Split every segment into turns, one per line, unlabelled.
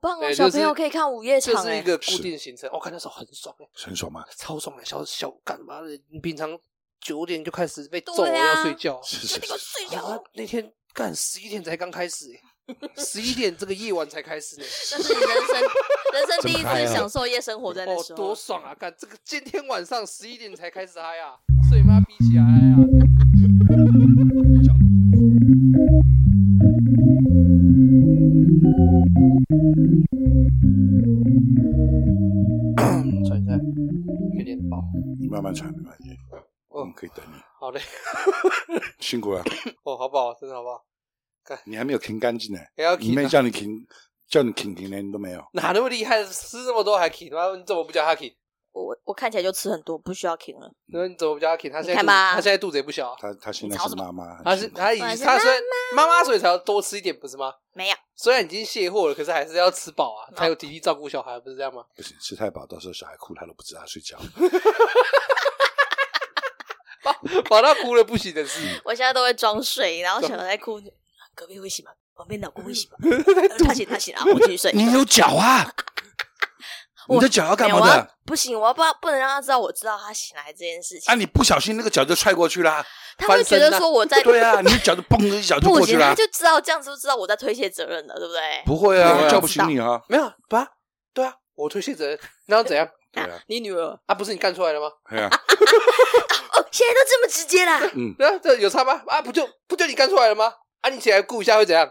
棒啊！
对
小
就是
朋友可以看午夜
这
场
是
哎
一，个固
是
定行程。我、看那时候很爽哎、
很爽吗？
超爽的，小小干嘛的？你平常九点就开始被揍，我
对啊
要睡觉。
就是
是
你
是
给我睡
然后
觉，
那天干十一点才刚开始、欸，十一点这个夜晚才 开始呢、
那是你人生人生第一
真嗨啊
次享受夜生活在那
哦
时，
多
候。
爽啊！干这个今天晚上十一点才开始嗨啊，睡妈逼起来嗨啊！ 喘一下，有点饱。
你慢慢传没关系，我们
哦，
可以等你，
好嘞，
辛苦了，
哦，好不好？真的好不好？
你还没有停干净呢，
还要啊
你
k
妹叫你停，叫你停停连你都没有，
哪那么厉害？吃这么多还 k 他妈你怎么不叫他 k
我我看起来就吃很多，不需要停了。
那
嗯
你怎么不叫他 k 他现
你
在
看
肚
吧
他现在肚子也不小啊，
她她现在
你吵什
是
么
妈妈，
他
很
是
辛苦
他已
我是
他虽然妈妈所以才要多吃一点，不是吗？
没有，
虽然已经卸货了，可是还是要吃饱
嗯
啊，才有体力照顾小孩，不是这样吗？
不行，吃太饱，到时候小孩哭她都不知道她睡觉，
把他哭了不行的事，
嗯
我现在都会装睡，然后小孩在哭，啊隔壁会醒吗？旁边老公会 醒吗？呃他醒他醒了，我继续睡。
你有脚啊，
我
你的脚要干嘛
没有我啊要
的？
不行，我要不不能让他知道我知道他醒来这件事情。
啊，你不小心那个脚就踹过去啦，
他会觉
翻身
得
啊
说我 在
对啊，你脚就蹦的一脚就
不
过去
行，他
啦，
就知道这样子就知道我在推卸责任了，对不对？
不会
对
啊，
啊
叫不醒你啊，
没有爸，对啊，我推卸责任，那要怎样？
对啊，
你女儿哦，
啊，不是你干出来的吗？
对啊，
现在都这么直接啦，
嗯，
对啊，这有差吗？啊，不就不就你干出来了吗？啊，你起来顾一下会怎样？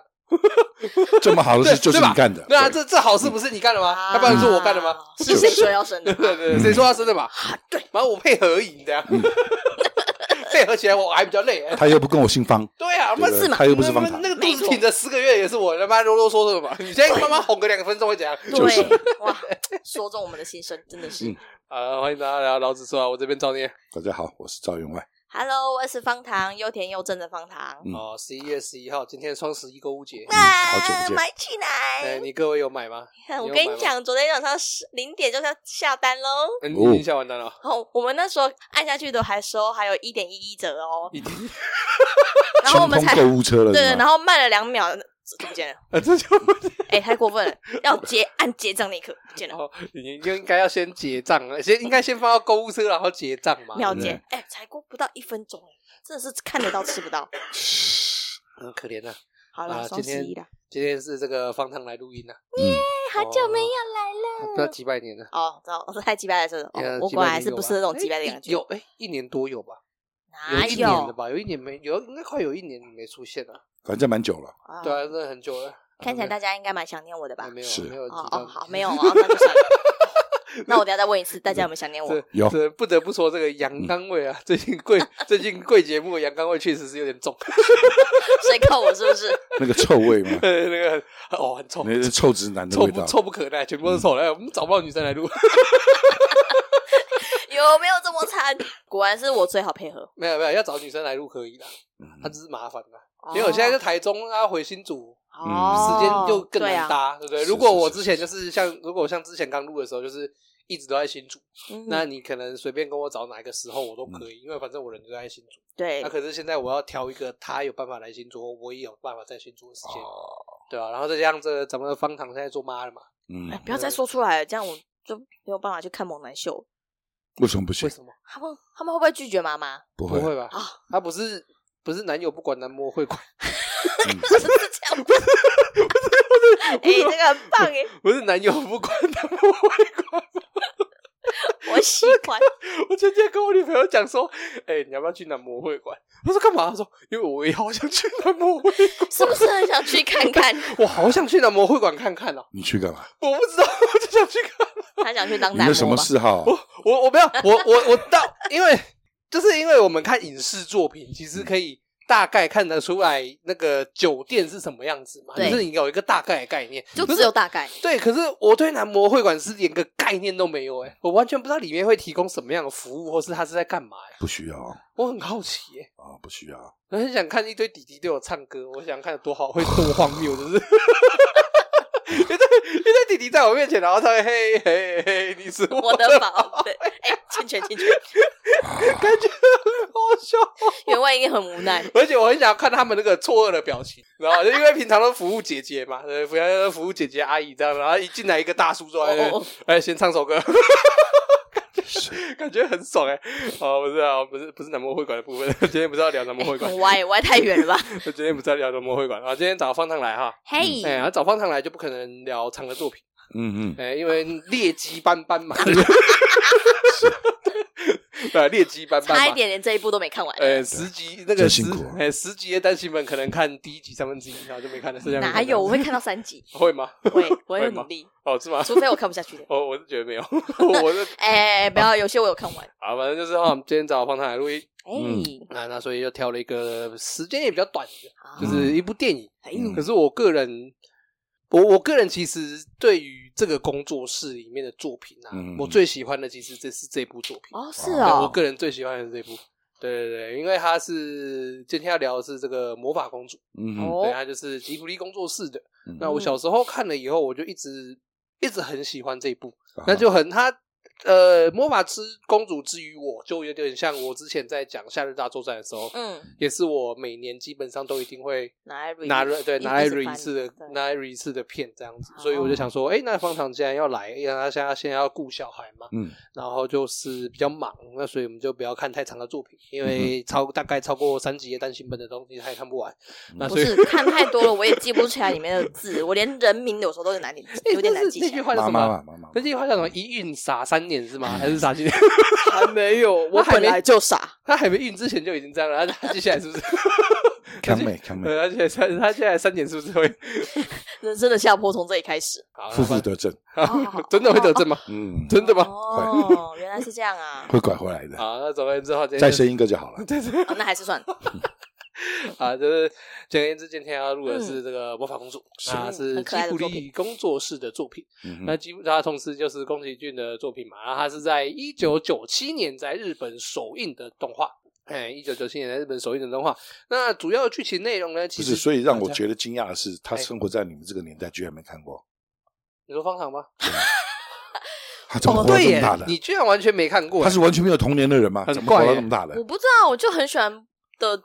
这么好的
对
事就是
对
你
吧
干的，
对啊，这这好事不是你干的吗？
啊
要不然是我干的吗？
是谁说要生的
对？对对，
嗯
谁说他生的嘛？
对，
反正我配合而已，你这样 配合起来我还比较累。
他又不跟我姓方，
对啊，
对
妈
不对
是嘛
他又不是方
那
糖
那，个
没
肚子
错
挺着十个月也是我他妈啰啰嗦嗦的嘛。你现在慢慢哄个两分钟会怎样？
就是
对，哇，说中我们的心声，真的是
嗯。
啊，欢迎大家来到老子说啊，我这边照念。
大家好，我是赵员外，
Hello，我是方糖，又甜又正的方糖。
嗯
哦，十一月十一号，今天双十一购物节，
好久不
啊
见
买起
哎，
来！
你各位有买吗？
看我
有
跟你
买吗
讲，昨天晚上十零点就要下单喽。
嗯
哦
你已经下完单 了，
哦，我们那时候按下去的还说还有一点一一折 哦，
已经，
然后我
冲
们
锋
才
购物车了，
对
是
对，
吗
然后慢了两秒，就不见了。
啊这就
哎，太过分了！要结按结账那一刻不见了，
哦，你就应该要先结账了，先应该先放到购物车，然后结账嘛。
秒
嗯
对不对
结。哎，才过不到一分钟，哎真的是看得到吃不到。
很可怜啊。
好
啊
了，
今
双
天
十一了，
今天是这个方糖来录音了，啊
嗯
哎，好久
哦
没有来了。
不知道几百年了。
哦，知道我是太鸡掰了，是不是
呃
嗯哦，我
几
果
百
然
年
是
有
不
吧
是那种
哎
鸡掰的
一
感觉。
有哎，一年多有吧？
哪
一年了
有？
吧？有一年没有，应该快有一年没出现了。
反正蛮久了，
啊
对啊，真的很久了。
看起来
啊
大家应该蛮想念我的吧？
没有
是
没有
哦
知道
哦，好， 没有哦，那就算了。 那我等一下再问一次，大家有没有想念我？
这
有嗯
这不得不说，这个阳刚味啊，最近贵 最近贵节目的阳刚味确实是有点重，，
谁靠我是不是？
那个臭味嘛
那个哦很臭，
那是臭直男的
臭
味
不
道，
臭不可耐，全部都是臭的。哎我们找不到女生来录，
有没有这么惨？果然是我最好配合。
没有没有，要找女生来录可以的，
嗯
他只是麻烦啦。
哦
因为我现在在台中，要回新竹，
哦，
时间就更
对
难
啊。
搭，对不对？
是
如果
是
我
是
之前就是像，如果我像之前刚录的时候，就是一直都在新竹，
嗯
那你可能随便跟我找哪一个时候我都
嗯
可以，因为反正我人就在新竹。
对
那、，可是现在我要挑一个他有办法来新竹，我也有办法在新竹的时间，
哦
对啊，然后再加上这个咱们的方糖现在做妈了嘛，
嗯
哎，不要再说出来了，这样我就没有办法去看猛男秀。
为什么不行
为？什么？
他们他们会不会拒绝妈 妈？
不
不
会，
会吧？
啊
他不是不是男友不管男模会管，
是这样吗？哎，这个很棒哎，
不是男友不管男模会管。
我喜欢。
我前天跟我女朋友讲说，哎、你要不要去男模会馆？她说干嘛？她说因为我也好想去男模会，
是不是很想去看看？
我好想去男模会馆看看哦、
你去干嘛？
我不知道， 我就想去看。
他想去当
你
男
的什
模
么
吧？
嗜好啊？
我我没有，我我我到， 因为就是因为我们看影视作品，其实可以大概看得出来那个酒店是什么样子嘛，就
对
是你有一个大概的概念，
就
可
只
是
有大概。
对，可是我对男模会馆是连个概念都没有哎、我完全不知道里面会提供什么样的服务，或是他是在干嘛、欸，
不需要
我很好奇哎、
啊，不需要。
我很想看一堆弟弟对我唱歌，我想看有多好，会多荒谬，就是 一堆一堆弟弟在我面前，然后他会嘿嘿嘿，你是
我
我
的宝贝，哎，侵权侵权，
感觉很好笑话。
员外应该很无奈。
而且我很想看他们那个错愕的表情，然后因为平常都服务姐姐嘛，对，服务服务姐姐阿姨这样，然后一进来一个大叔说：“哎、
哦哦哦
哎先唱首歌。 感觉”感觉很爽哎、哦，不是啊，不是不是南摩会馆的部分，今天不是要聊南摩会馆
很，歪歪太远了 吧？
今天不是要聊南摩会馆啊，今天找方糖来哈，
嘿，
哎、啊找方糖来就不可能聊长的作品，
嗯嗯，
哎、因为劣迹斑斑 嘛，对，劣迹斑斑嘛，
差一点连这一部都没看完，
呃，十集那个
真
十
辛苦啊，
哎，十集的单行本可能看第一集三分之一，然后就没看了，剩下没看
哪有？我
了
会看到三 集，
会吗？
会，我会
会吗
努力，
哦，是吗？
除非我看不下 去的。
哦，我是觉得没有，我是
哎，不要，有些我有看完。
啊，反正就是哈，今天找方太来录音
哎，
啊，那所以就挑了一个时间也比较短的，
啊
就是一部电影。
哎
嗯
呦
可是我个人，我我个人其实对于这个工作室里面的作品啊
嗯，
我最喜欢的其实这是这部作品。
哦，是
对
哦
我，个人最喜欢的是这部。对对对，因为它是今天要聊的是这个魔法公主。
嗯哼，
对，
哦，
它就是吉卜力工作室的。
嗯
那我小时候看了以后，我就一直一直很喜欢这一部，
啊
那就很它呃，魔法之公主之于我，就有点像我之前在讲夏日大作战的时候，
嗯，
也是我每年基本上都一定会
拿来 read
拿来对
一
拿来
一直
re 一
翻
次的
对
拿来 re 一次的片这样子，
哦
所以我就想说，哎，那方糖既然要来，因为他现在现在要顾小孩嘛，
嗯
然后就是比较忙，那所以我们就不要看太长的作品，
嗯
因为超大概超过三集的单行本的东西他也看不完，
嗯
那
不
所以。
是看太多了，我也记不起来里面的字，我连人名有时候都有难点，有点难记
哎那
起
句
来。
话叫
妈
什
妈
么？哎
嘛妈妈，
那句话叫什么？一孕傻三年是吗？还是傻几 年？还没 有，我还
本
没
来，就傻，
他还没孕之前就已经这样了。他他接下来是 不是？
康妹康妹，
对，啊他现在三，他现在三年是不是会？
人生的下坡从这里开始。
好
负负得正，
哦
真的会得症吗？
嗯，，
真的吗？
哦，原来是这样啊
会拐回来的，
好，那总而言之的话，今
再
天
生一个就好了。
哦那还是算了。
啊，就是简而言之，今天要录的是这个《魔法公主》，啊，是
嗯很
吉
可爱的
卜
作品
力工作室的作品。
嗯
那
哼，
吉卜他同时就是宫崎骏的作品嘛，然后他是在一九九七年在日本首映的动画，哎，一九九七年在日本首映的动画。那主要的剧情内容呢，其
不
实
是，所以让
大
我
家
觉得惊讶的是，他
哎哦
生活在你们这个年代居然没看过，
你说方糖吗？
他
哦
怎么活到
对
这么
耶
大的，？
你居然完全没看过欸
他，是完全没有童年的人吗？
很
怎么活
怪
到
耶
这么大的
我？不知道，我就很喜欢的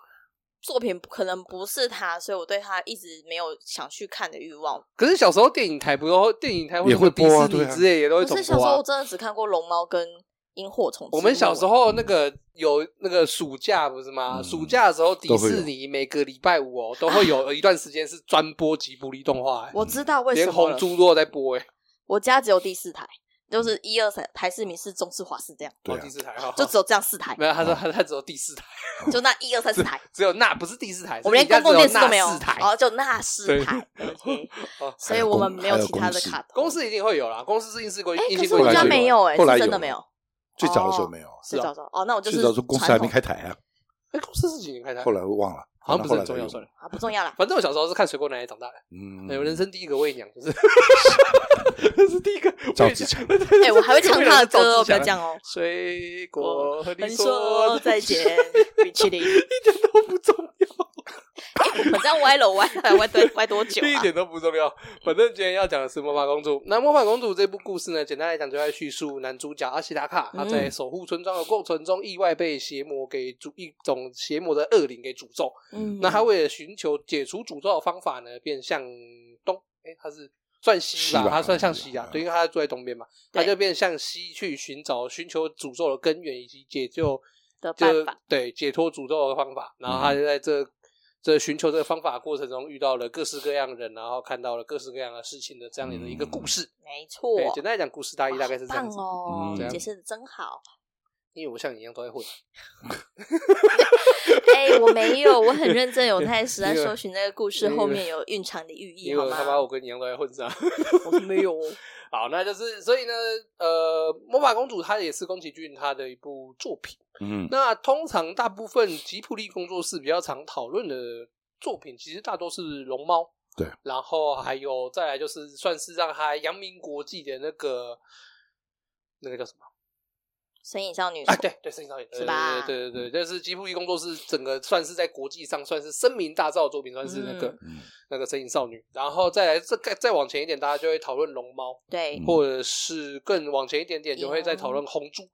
作品，可能不是他，所以我对他一直没有想去看的欲望。
可是小时候电影台不都电影台或者
也会播啊
迪士
对
尼
啊
之类也都会
可
重
是小时
播
候
啊
我。真的只看过《龙猫》跟《萤火虫之欸墓》。
我们小时候那个有那个暑假不是吗？
嗯
暑假的时候，迪
都会有
士尼每个礼拜五哦都会有一段时间是专播吉卜力动画、哎
我知道为什
连
么
红
了，
猪都有在播哎、
我家只有第四台，就是一二三台式、民视、中式、华视这样，
对
哦
啊
第四台哈，
就只有这样四台
没，有，
哦
他说他他只有第四台，
就那一二三四台。
只有那不是第四台，
我们连
是你家
公共电视都
只
没有，
那四台
哦，就那四台，对
哦
所以我们没有其他的卡通。
公司一定会有啦，公司是一定是规
哎，
一
可
定
是我
规
后来
家
就
没有哎，
后来
是
有
真的没有，
最早的时候没有，
是
是啊
早早哦，那我就是
最早的时候公司还没
传
开台啊，
哎，公司是几年开台？
后来我忘了，
好像不是很
后
重
来
要，
才
算
有。
了。
统啊，不重要啦。
反正我小时候是看水果奶奶长大的，
嗯
哎，我人生第一个喂娘 就是，是第一个
赵自 强，
哎，我还会唱他的歌，哦，不要这样哦。
水果和
跟
你
你
说
说再见， 冰淇淋。
一点都不重要，
哎我们这样歪了歪了 歪多歪多久
一
啊？
点都不重要。反正今天要讲的是《魔法公主》。那《魔法公主》这部故事呢，简单来讲就在叙述男主角阿西达
嗯
卡，他在守护村庄的过程中，意外被邪魔给诅一种邪魔的恶灵给诅咒，
嗯
那他为了寻求解除诅咒的方法呢，便向东，哎、他是算西吧，
西吧
他算向西啊，
嗯
对，因为他住在东边嘛，
对
他就便向西去寻找、寻求诅咒的根源以及解救
的
就
办法
对解脱诅咒的方法。然后他就在这、这寻求这个方法的过程中，遇到了各式各样的人，然后看到了各式各样的事情的这样的一个故事。
没错，
对，简单来讲，故事大意大概哎是这样
棒
子。
哦
嗯这，样
解释的真好。
因为我像你一样都在混，
哎，我没有，我很认真，有 开始在
因为
搜寻这个故事后面有蕴藏的寓意，
因为
好
我他
吗？
妈我跟你一样都在混上。
我没有哦。
好，那就是所以呢，呃，《魔法公主》它也是宫崎骏他的一部作品。
嗯，
那通常大部分吉卜力工作室比较常讨论的作品，其实大多是《龙猫》，
对，
然后还有再来就是算是让他扬名国际的那个那个叫什么？
神隐少女
哎，对对，圣经导演呃
是吧
对对对对，就是吉卜力工作室整个算是在国际上算是声名大噪的作品，算是那个、
嗯
那个《神隐少女》，然后再来这再再往前一点，大家就会讨论《龙猫》。
对
或者是更往前一点点，就会再讨论红猪。
嗯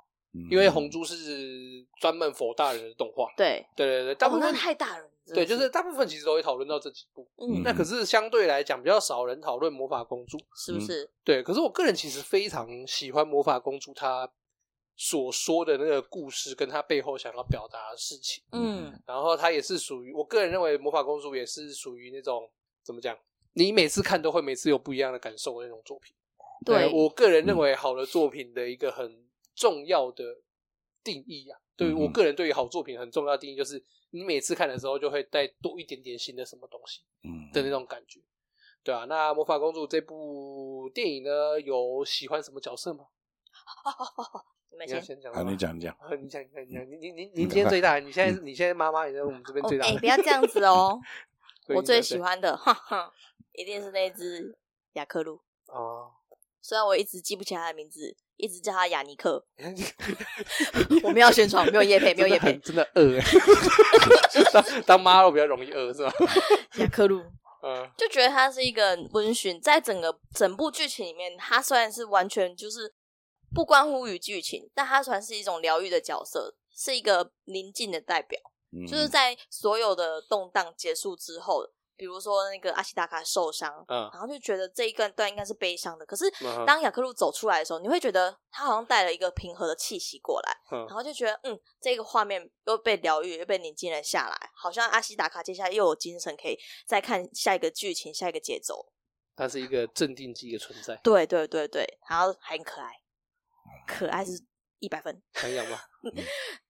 因为红猪是专门佛大人的动画，
对，
对对对，大
哦
部，
那
分、
太大人，真的
对就是大部分其实都会讨论到这几部，
嗯，
那可是相对来讲比较少人讨论魔法公主，
是不是？
对，可是我个人其实非常喜欢魔法公主她所说的那个故事，跟她背后想要表达的事情。
嗯，
然后她也是属于，我个人认为魔法公主也是属于那种怎么讲，你每次看都会每次有不一样的感受的那种作品。
对
呃，我个人认
嗯
为好的作品的一个很重要的定义啊，对于
嗯
我个人对于好作品很重要的定义就是，你每次看的时候就会带多一点点新的什么东西。
嗯
的那种感觉，对啊，那《魔法公主》这部电影呢，有喜欢什么角色吗？
你们
你要
先。
先讲
好，
吗，
你讲嗯你讲，
呃，你讲，你讲，你讲，你你你你今天最大，你现在
嗯
是你现在妈妈也在我们这边
哦
最，大
哎，不
的，
要这样子哦！
对
我
你
最
讲
喜
谁
欢的，哈哈，一定是那只雅克鲁。
哦，
虽然我一直记不起来他的名字，一直叫他雅尼 克。我们要宣传，没有叶配，没有
真的
叶配
很。真 的饿欸， 当当妈都比较容易饿是吧？
雅克鲁
嗯，
就觉得他是一个很温驯，在整个整部剧情里面，他虽然是完全就是不关乎于剧情，但他算是一种疗愈的角色，是一个宁静的代表。就是
嗯
在所有的动荡结束之后，比如说那个阿西达卡受伤，
嗯
然后就觉得这一个段应该是悲伤的。可是
嗯哼
当雅克路走出来的时候，你会觉得他好像带了一个平和的气息过来，
嗯
然后就觉得嗯，这个画面又被疗愈，又被宁静了下来，好像阿西达卡接下来又有精神可以再看下一个剧情、下一个节奏。
它是一个镇定剂的存在，
对对对对，然后还很可爱，可爱是一百分，
想讲吧。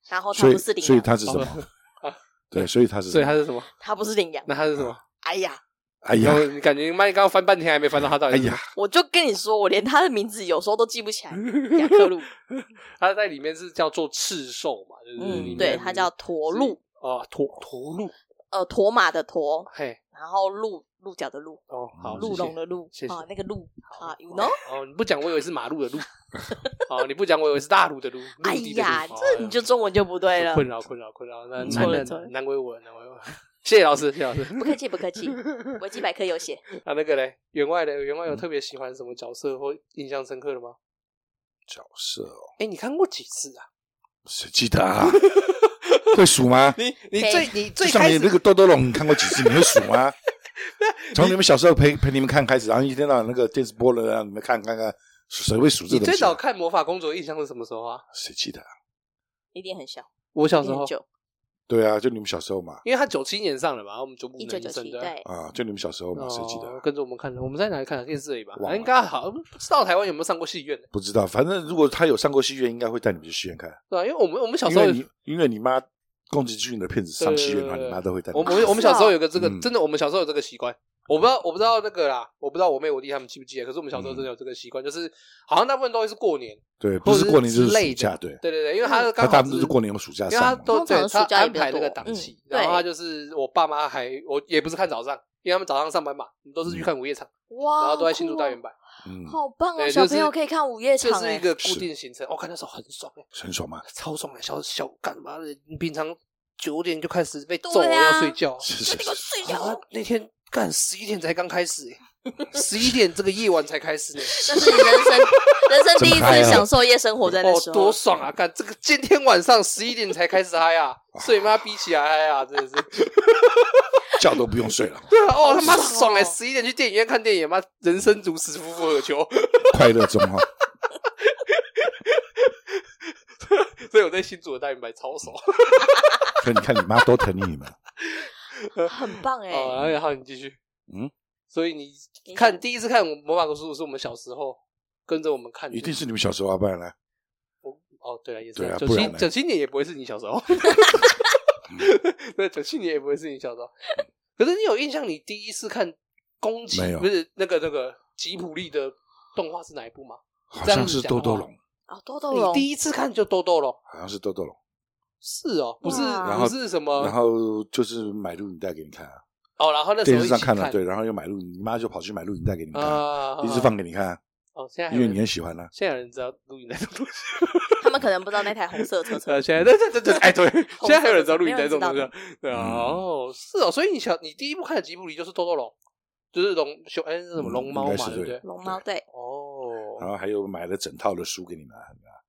然后他
所以
不是羚
所以
羊，
他是什么？对，所以他是什
所以它
么？
是什么？
他不是羚羊，
那它是什么？
哎呀。
哎
然
呀
后你感觉妈，你刚刚翻半天还没翻到它到
哎
底是什
呀
么？，
我就跟你说，我连他的名字有时候都记不起来。
嗯
雅克路，
它在里面是叫做赤兽嘛，就是里
嗯，
面
对，他叫驼鹿，
啊，驼驼鹿，
呃，驼马的驼，
嘿，
然后鹿鹿角的鹿，
哦，好，
嗯
鹿
谢谢
茸的鹿
谢谢
啊，那个鹿啊，you
哦
know？
哦，你不讲，我以为是马路的路。哦，你不讲，我以为是大路的路。
哎
陆地的路
呀，
哦
这你就中文就不对了。
困扰困扰困扰，那
嗯
难
错了
难
错了
难为我了，难为我了。谢谢老师，谢谢老师。
不客气，不客气，维基百科有写。
啊，那个嘞，员外嘞，员外
嗯
有特别喜欢什么角色或印象深刻的吗？
角色哦，
哎，你看过几次啊？
谁记得啊？会数吗？
你你
嘿
最你最
就像
开
你
始
那个豆豆龙，你看过几次？你会数吗？从你们小时候陪陪你们看开始，然后一天到晚那个电视播了，让你们看看看，谁会数这
你
东
最
西啊
早？看《魔法公主》的印象是什么时候啊？
谁记得啊？
一定很小，
我小
一
时
定
候
很，久，
对啊，就你们小时候嘛，
因为他九七年上的嘛，我们九五
一九
年
九
生
七，
的。
对，
啊，就你们小时候嘛，谁记得啊
哦？跟着我们看的，我们在哪里看的？电视里吧。
忘了
应该好，不知道台湾有没有上过戏院呢？
不知道，反正如果他有上过戏院，应该会带你们去戏院看。
对啊，因为我们我们小
因
时候
为你因为你妈宫崎骏的片子上戏院的话，
对对对
你妈都会带你
我
们
们我
看。
们我们小时候有个这个，
嗯
真的，我们小时候有这个习惯。我不知道，我不知道那个啦，我不知道我妹我弟他们记不记得。可是我们小时候
嗯
真的有这个习惯，就是好像大部分都会是过年，
对，
或
不
者
是过年就是
之类
暑
的
假，对，
对对对，因为他
他
刚
嗯大
好
部分都是过年和暑假
因为他
呃上嘛。
都
通常暑
对他
假也
安
比较
排那个
多
档
嗯
期，
对
然后他就是我爸妈还我也不是看早上，因为他们早上上班嘛，我们都是去看午夜场，
哇，
然后都
好
在新竹
酷
大
哦
圆板，
嗯，
好棒哦！
对，
小
就
朋
是
友可以看午夜场，
就是一
哎，
个固定行程。我看那时候很爽欸
很爽嘛，
超爽的，小小干嘛的？你平常九点就开始被揍，
对啊
要睡觉。
是
就是你给我睡
然后
觉，
那天干十一点才刚开始欸，十一点这个夜晚才开始呢。
那是你人 生人生第一
真嗨
次
啊
享受夜生活在那
哦
时，候
多。爽啊！干这个今天晚上十一点才开始嗨啊，睡妈逼起来嗨啊，真的是。
觉都不用睡 了，
对啊，哦他妈
好爽哦
爽哎！十一点去电影院看电影，妈人生如此，夫复何求？
快乐中哦哈。
所以我在新竹的大明白超爽。
所以你看，你妈多疼你们。
很棒 哎、
哦，然后你继续，
嗯，
所以你
你
看第一次看《魔法公主》是我们小时候跟着我们看的，
一定是你们小时候啊，不然呢？
哦，对了，也是
对啊
九
不
七
然呢
九七年也不会是你小时候，
嗯
对，九七年也不会是你小时候。可是你有印象，你第一次看宫崎
没有
不是那个那个吉普力的动画是哪一部吗？
好
这样
像
子
是
讲的
豆
话
豆龙，
哦，多豆
你
龙，
第一次看就豆豆了，
好像是豆豆龙。
是哦，不是
哇
然
不
后
是什么，
然后就是买录影带给你看啊，
哦，然后那时
电
候一
视
起
上看了，对，然后又买录，你妈就跑去买录影带给你们看啊，
啊，
一直放给你看啊，
哦，现在还
因
有
为
人
你很喜欢啊。
现在有人知道录影带这种东西。
他们可能不知道那台红色车 车
呃，现在对对对对， 哎对，现在还有人知道录影带这种东
没有人知道
西，对啊，哦是哦，所以你想你第一部看的吉卜力就是豆豆龙，就是龙熊哎是什么
嗯
龙猫
应该
嘛，
是
对不对
对？
龙猫，对，
然
哦
后还有买了整套的书给你们啊，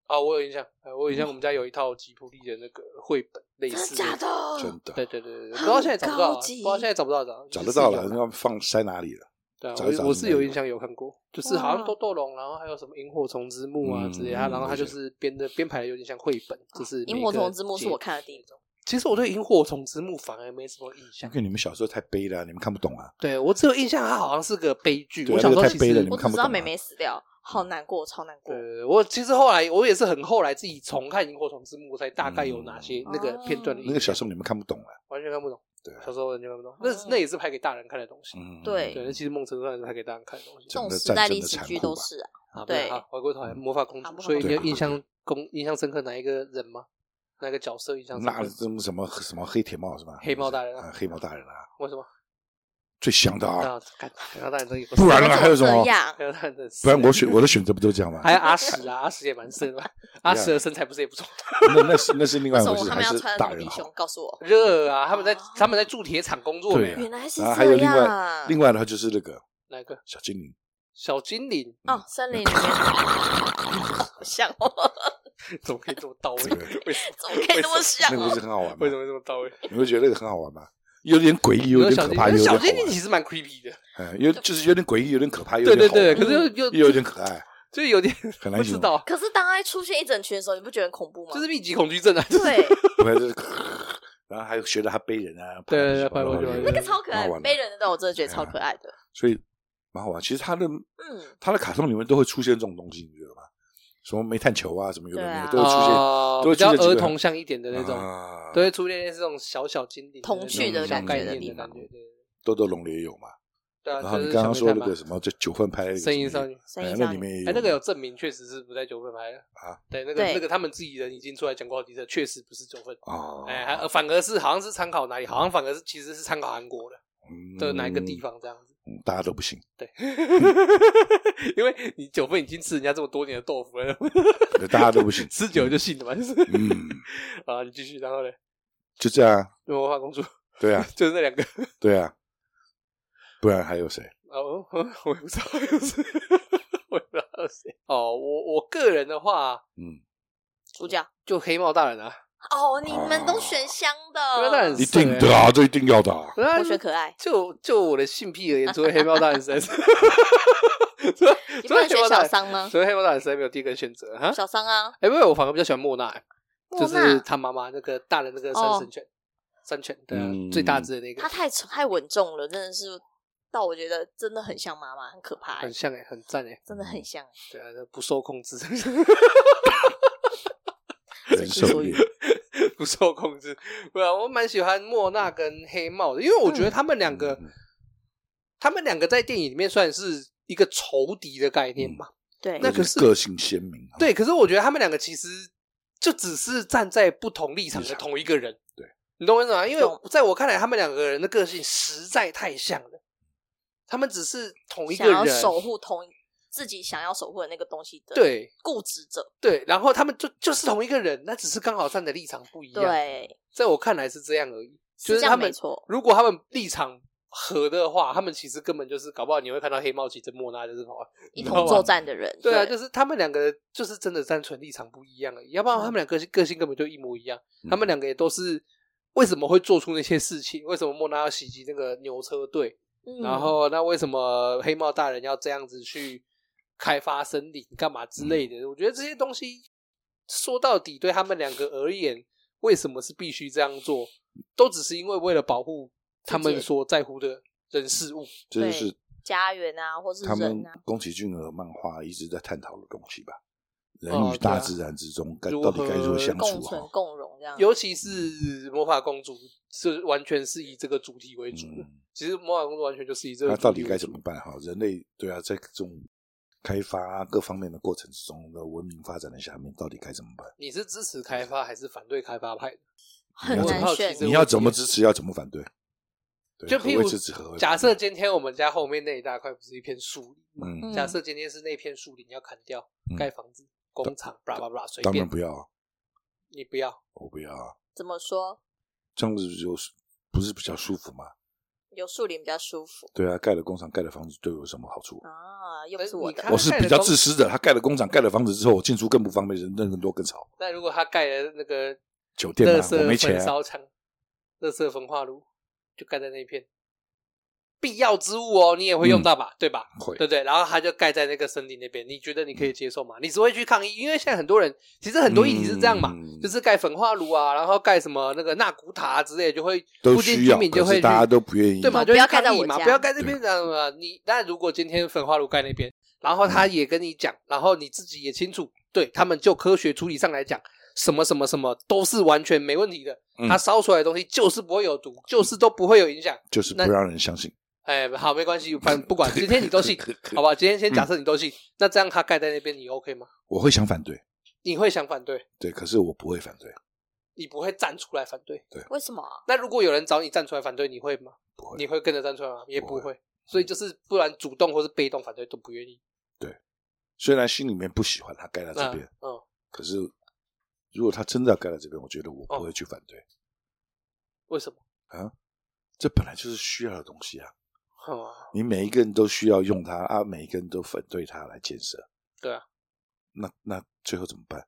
啊，我有印象，呃我有印象，我们家有一套吉普力的那个绘本，类
真
似
的假
的。
的？
真的
对对对对，对不知道现在找不到啊，
很
不
高级
知道现在找不到找，
找得到
就是
了，
有
那放塞哪里了？
对啊，
找一找
我我是
应该
有
有
印象有看过，就是好像
哇
豆豆龙，然后还有什么萤火虫之墓啊
嗯
之类的，它然后它
有
就
些
是编的编排的有点像绘本，就是
啊哦萤
每
火
个
虫之墓是
节
我看的第一种，
其实我对萤火虫之墓反而没什么印象
因，为你们小时候太悲了，你们看不懂啊。
对我只有印象它好像是个悲剧。
对啊
我小时
那
候
个
其
太悲
实
了
我
你们
只
看
知
不懂啊
道妹妹死掉，好难过，超难过。
对，我其实后来我也是很后来自己重看《萤火虫之墓》，才大概有哪些
嗯
那个片段的印象。
那个小时候你们看不懂啊。
完全看不懂，
对啊，
小时候完全看不懂。那
嗯
那也是拍给大人看的东西。
嗯，
对
对，那其实梦程度上是拍给大人看的东西
这
讲
种
的
时代
战争
历
的
史
残
剧
酷
都
吧
是啊，
啊。
对
好，回过头
嗯
来，魔法公
啊
主，
魔法
所以你有
公主
印象公印象深刻哪一个人吗？哪个角色印象深
那
刻？
什么什么什么黑铁帽是吧？
黑猫大人啊
啊，黑猫大人啊，
为什么？
最香的啊！
啊，看黑猫大人这也不是
不然
怎
呢？
么
还有什
这
么？
样？
黑猫大人真的是
不然我选我的选择不都这样吗
还？有阿史啊，阿史也蛮深的吧，阿史的身材不是也不错。
那那是那是另外
为
一
什么
回事，
他
还
们要
是
穿
大
那么
人
低
好
胸？。告诉我，
热啊，他们在他们在铸铁厂工作
对
呢
啊。
原来是
然后还有
这
另
样
外
啊。
另外的话就是那个
哪个
小精灵，
小精灵
哦，森林里面 好像哦，
怎么可以这么到位？
这个
为什么
怎么可以那么像
那个不
哦
是？很好玩
为什么
吗？
会这么到位？
你会觉得那个很好玩吗？有点诡异，有点
小
可
精
怕，有
灵，
点好
小
玩
精灵其实蛮 creepy 的。
哎，有就是有点诡异，有点可怕，有
对
点
对
好玩
对，可是又
又有
又
点可爱，
就有点
很
不
难
知
形容。
道，
可是当它出现一整群的时候，你不觉得很恐怖吗？
就是密集恐惧症啊。就是
对，
不然就是， 然后还有学着他背人啊，
对对对
爬过去
爬过去
那个超可
蛮
爱
好，
啊
玩的
背人的那种我真的觉
哎
得超可爱的。
所以蛮好玩。其实他的
嗯，
他的卡通里面都会出现这种东西，你觉得吗？什么煤炭球啊，什么有的没
对啊
有，都会出现，
啊
都
比
会出
较
现几个
儿童像一点的那种，
啊
都会出现类似这种小小精灵的那种
童趣
的
小
感觉
概
的
念
地
的感
方
觉。对对
豆豆龙里也有嘛。
对啊，
然后
就是
你刚刚
小
说
妹
那
妹
个
嘛
什么，就九份拍的那个
声音
什
少
么
女，
声
哎
音，
那
上
里面也
哎，那个
有
有证明，确实是不在九份拍的
啊。
对，那个
对
那个他们自己人已经出来讲过好几次，确实不是九份。
哦，
哎，还反而是好像是参考哪里，好像反而是其实是参考韩国的的哪一个地方这样子。
嗯，嗯大家都不行，
因为你九份已经吃人家这么多年的豆腐了，，
大家都不行
吃久了就信了嘛，就是。
嗯，
啊，你继续，然后呢？
就这样啊，
魔法公主
对啊，
就是那两个。
对啊，不然还有谁？
哦，我也不知道又是，我也不知道谁。哦，我我个人的话，
嗯，
主角
就黑帽大人啊，
哦，你们都选香
黑猫大人
的
一，定的啊，这一定要的 啊，
对啊
我选可爱，
就就我的性癖而言，除了黑猫大人实 在是，
你
除
不
了
能
黑
选
猫大
小
人，
桑吗？
除了黑猫大人实在没有第一个选择哈。
小桑啊，
哎，不对，我反而比较喜欢莫娜，哎就
莫
是
娜，哦
他妈妈那个大人那个三神犬，三犬对啊，
嗯
最大只的那个
她，太太稳重了，真的是到我觉得真的很像妈妈，很可怕欸
很，像哎，很赞哎，
真的很像。欸
对啊，那不受控制，
人兽恋，
不受控制。不然我蛮喜欢莫娜跟黑帽的，因为我觉得他们两个，
嗯
他们两个在电影里面算是一个仇敌的概念吧。
对，
那可
个
是
个性鲜明，
对，可是我觉得他们两个其实就只是站在不同立场的同一个人。
对，
你懂我意思吗？因为
懂
在我看来，他们两个人的个性实在太像了。他们只是同一个
想要
人，
守护同自己想要守护的那个东西的
对
固执者，
对，然后他们就就是同一个人，那只是刚好站的立场不一样。，
对，
在我看来是这样而已。就
这
是他
样
们
没错。
如果他们立场合的话，他们其实根本就是搞不好你会看到黑猫骑着莫娜就是跑，
一
你知道
同
吗
作战的人，
对啊，就是他们两个就是真的单纯立场不一样而已，要不然他们两个个性根本就一模一样。
嗯
他们两个也都是为什么会做出那些事情？为什么莫娜要袭击那个牛车队？
嗯
然后那为什么黑猫大人要这样子去开发森林干嘛之类的？我觉得这些东西说到底对他们两个而言，为什么是必须这样做？都只是因为为了保护他们所在乎的人事物。
这就是
家园啊，或是
他们
人啊，
宫崎骏的漫画一直在探讨的东西吧。人
哦
与
对啊
大自然之中该
如
到底该如
何
何相
共
处
存
哈？
共荣这样。
尤其是魔法公主是完全是以这个主题为主的。
嗯
其实魔法公主完全就是以这个
那
主
到
题
底
为
该
主
怎么办哈？人类对啊，在这种开发啊各方面的过程之中的文明发展的下面，到底该怎么办？
你是支持开发还是反对开发派的？
很
你要
难
怎么
选，
这个
你要
问题
怎么
也
支持，要怎么反对？对
就
何
譬
谓
如
支持，何为
假
反
设
对
今天我们家后面那一大块不是一片树林吗？
嗯，
嗯
假设今天是那片树林要砍掉，
嗯
盖房子、工厂，blah blah blah，随
当
便
然不要啊，
你不要。
我不要啊，
怎么说？
这样子就是不是比较舒服吗？
有树林比较舒服
对啊，盖了工厂盖了房子对我有什么好处？
啊，又不是我
但
的
你看
我是比较自私的，他盖了工厂盖了房子之后，我进出更不方便，人更多更吵。
那如果他盖了那个
酒店
乐
嘛，
色
我没
焚
钱啊、
烧厂、乐色焚化炉，就盖在那一片必要之物哦，你也会
嗯
用到吧？对吧？
会
对不对？然后他就盖在那个森林那边，你觉得你可以接受吗？你只会去抗议，因为现在很多人其实很多议题是这样嘛，
嗯
就是盖焚化炉啊，然后盖什么那个纳古塔之类，就会
都
附近
需
居
要，
民就
可
会
是
去
大家都不愿意。
对嘛，
哦
就
不要
去抗
盖在
议
我
嘛，
家
不要盖这边这样嘛。你那如果今天焚化炉盖那边，然后他也跟你讲，然后你自己也清楚，对他们就科学处理上来讲，什么什么什么都是完全没问题的。
嗯
他烧出来的东西就是不会有毒，就是都不会有影响。
就是不
那
让人相信。
哎，好，没关系，反正不 管，今天你都信，好吧？今天
嗯
先假设你都信，那这样他盖在那边，你 OK 吗？
我会想反对，
你会想反对，
对，可是我不会反对，
你不会站出来反对。
为什么啊？
那如果有人找你站出来反对，你会吗？
不会
你会跟着站出来吗？也不
不
会。所以就是不然主动或是被动反对都不愿意。
虽然心里面不喜欢他盖在这边，
嗯，嗯
可是如果他真的要盖在这边，我觉得我
哦
不会去反对。
为什么？
这本来就是需要的东西啊，
嗯啊
你每一个人都需要用它啊，每一个人都反对它来建设。
对啊，
那那最后怎么办？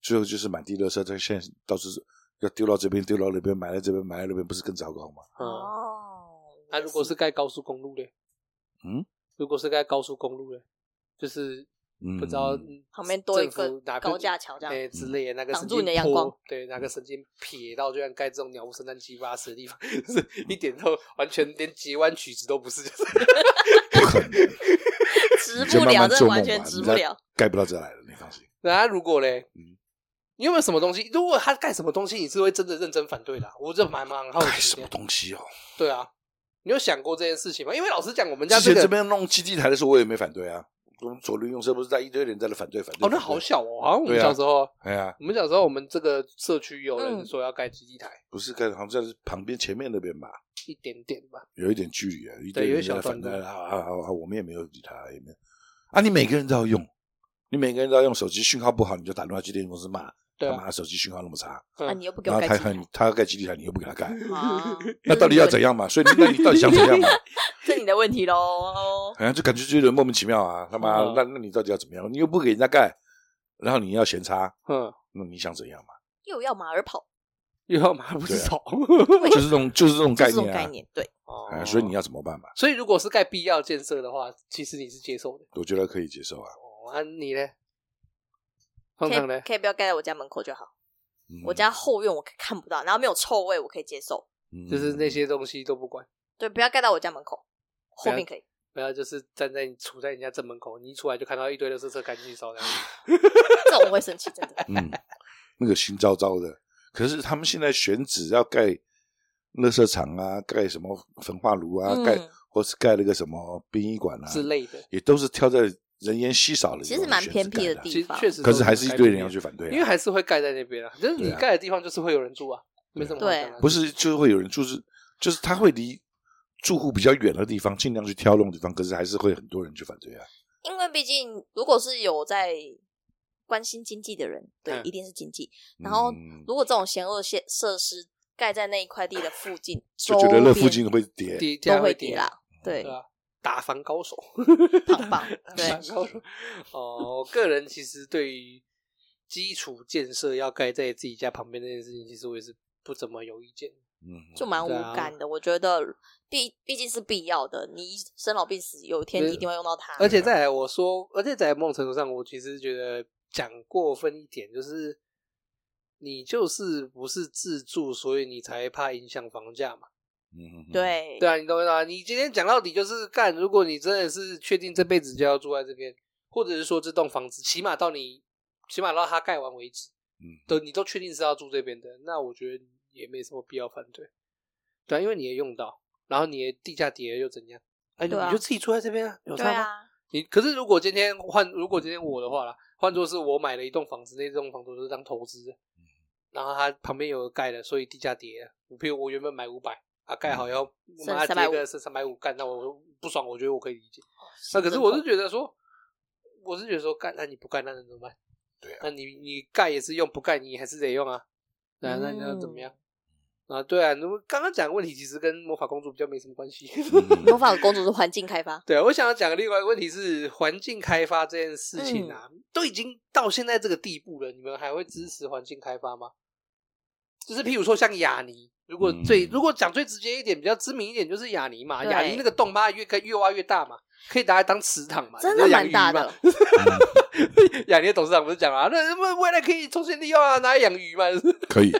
最后就是满地垃圾，这现在到处是要丢到这边，丢到那边，埋在这边，埋在那边，不是更糟糕吗？
嗯，
哦，
那如果是盖高速公路嘞？
嗯，
如果是盖高速公路嘞，就是
嗯，
不知道
旁边多一个
政府哪
高架桥这样
哎之类的那个
挡
神
住
经
你的阳光
坡，对，那个神经撇到就像盖这种鸟不生蛋鸡巴屎的地方， 就是一点 都完全连截弯曲直都不是，就是
不可能，
直
你就
不
慢
了，
慢
这
做梦吧
完全直不了。，
你再盖不到这来了，你放心。
那如果嘞
嗯，
你有没有什么东西？如果他盖什么东西，你是会真的认真反对的啊、我这蛮蛮好奇的。
盖什么东西哦？
对啊，你有想过这件事情吗？因为老实讲，我们家
之
这
前
个
这边弄基地台的时候，我也没反对啊。我们左邻右舍不是在一堆人在那反对反对？
哦，那好
反对！
小哦，好像我们
对啊
小时候，
哎呀，
我们小时候我们这个社区有人
嗯
说要盖基地台，
不是盖，好像是旁边前面那边吧，
一点点吧。
有一点距离啊，一堆
对有
人
一小
在那反对
段
啊啊啊啊！我们也没有理他，也没有啊。你每个人都要用，你每个人都要用手机讯号不好，你就打电话去电信公司骂，
对
干
啊，
嘛手机讯号那么差？
啊，
嗯
你又不给
然
我盖
后他
起来
看他要盖基地台，你又不给他盖，
啊，
那到底要怎样嘛？所以你那你到底想怎样嘛？
这你的问题喽。
好像就感觉就有点莫名其妙啊！他妈
嗯，
那那你到底要怎么样？你又不给人家盖，然后你要嫌差，
嗯，
那你想怎样嘛？
又要马儿跑，
又要马不
啊
是 手。
就是这种就是这种
就
概
是这种
念
概
啊。
念。对，
哦
哎，所以你，要怎么办嘛？
所以如果是盖必要建设的话，其实你是接受的。
我觉得可以接受啊。
哦，啊，你呢？通
可
常
以
呢？
可以不要盖在我家门口就好。
嗯
我家后院我看不到，然后没有臭味，我可以接受。
嗯
就是那些东西都不管，
对，不要盖到我家门口，后面可以。
不要就是站在你杵在人家正门口，你一出来就看到一堆的色车赶紧烧掉。
这种我会生气， 真的。
嗯，那个心糟糟的。可是他们现在选址要盖垃圾场啊，盖什么焚化炉啊，
嗯
盖或是盖那个什么殡仪馆啊
之类的，
也都是挑在人烟稀少的地
其
方
实蛮
选
偏
址
僻
盖
的
啊
地
其实
方
确实，
可是还是一堆人要去，反对、
因为
啊，
还是会盖在那边啊。就是你
对啊
盖的地方，就是会有人住啊，没什么好讲的。
不是就会有人就是就是他会离住户比较远的地方，尽量去挑那种地方，可是还是会很多人去反对啊。
因为毕竟如果是有在关心经济的人，对，
嗯
一定是经济。然后
嗯
如果这种险恶设设施盖在那一块地的附近，
就觉得
周
那
边
附近会跌，
第第
都
二
会
跌啊
跌，啦。对
对，啊，打翻高手，
棒 棒，
打
对
翻，高手。哦，我个人其实对于基础建设要盖在自己家旁边这件事情，其实我也是不怎么有意见。
嗯，
就蛮无
对啊
感的。我觉得毕毕竟是必要的，你生老病死，有一天
没
你一定会用到它。
而且再来，我说，而且在某种程度上，我其实觉得讲过分一点，就是你就是不是自住，所以你才怕影响房价嘛。
嗯，嗯，
对，
对啊，你懂我意思啊？你今天讲到底就是干，如果你真的是确定这辈子就要住在这边，或者是说这栋房子起码到你起码到它盖完为止，
嗯
都你都确定是要住这边的，那我觉得也没什么必要反对。对啊，因为你也用到，然后你的地价跌了又怎样？哎，你
对啊
你就自己住在这边啊，有
对
差吗？
啊，
你可是如果今天换，如果今天我的话啦，换作是我买了一栋房子，那栋房子就是当投资的，然后它旁边有人盖了，所以地价跌了。我譬如我原本买五百，啊盖好要
剩
妈跌
350
个是三百五，干那我不爽，我觉得我可以理解。那
那
可是我是觉得说，我是觉得说干，那你不盖那能怎么办？
对啊
那你你盖也是用，不盖你还是得用啊。那那你要
嗯
怎么样？啊，对啊，如果刚刚讲的问题其实跟魔法公主比较没什么关系。
嗯
魔法公主是环境开发，
对啊，我想要讲的另外一个问题是环境开发这件事情啊，
嗯
都已经到现在这个地步了，你们还会支持环境开发吗？就是譬如说像雅尼，如果最、
嗯
如果讲最直接一点，比较知名一点就是雅尼嘛，
对
雅尼那个洞妈越开越挖越大嘛，可以拿来当池塘嘛，
真
你
的
知道
蛮大
养鱼
的
嘛。。
嗯
雅尼的董事长不是讲啊，那那未来可以重新利用啊，拿来养鱼嘛。
可以，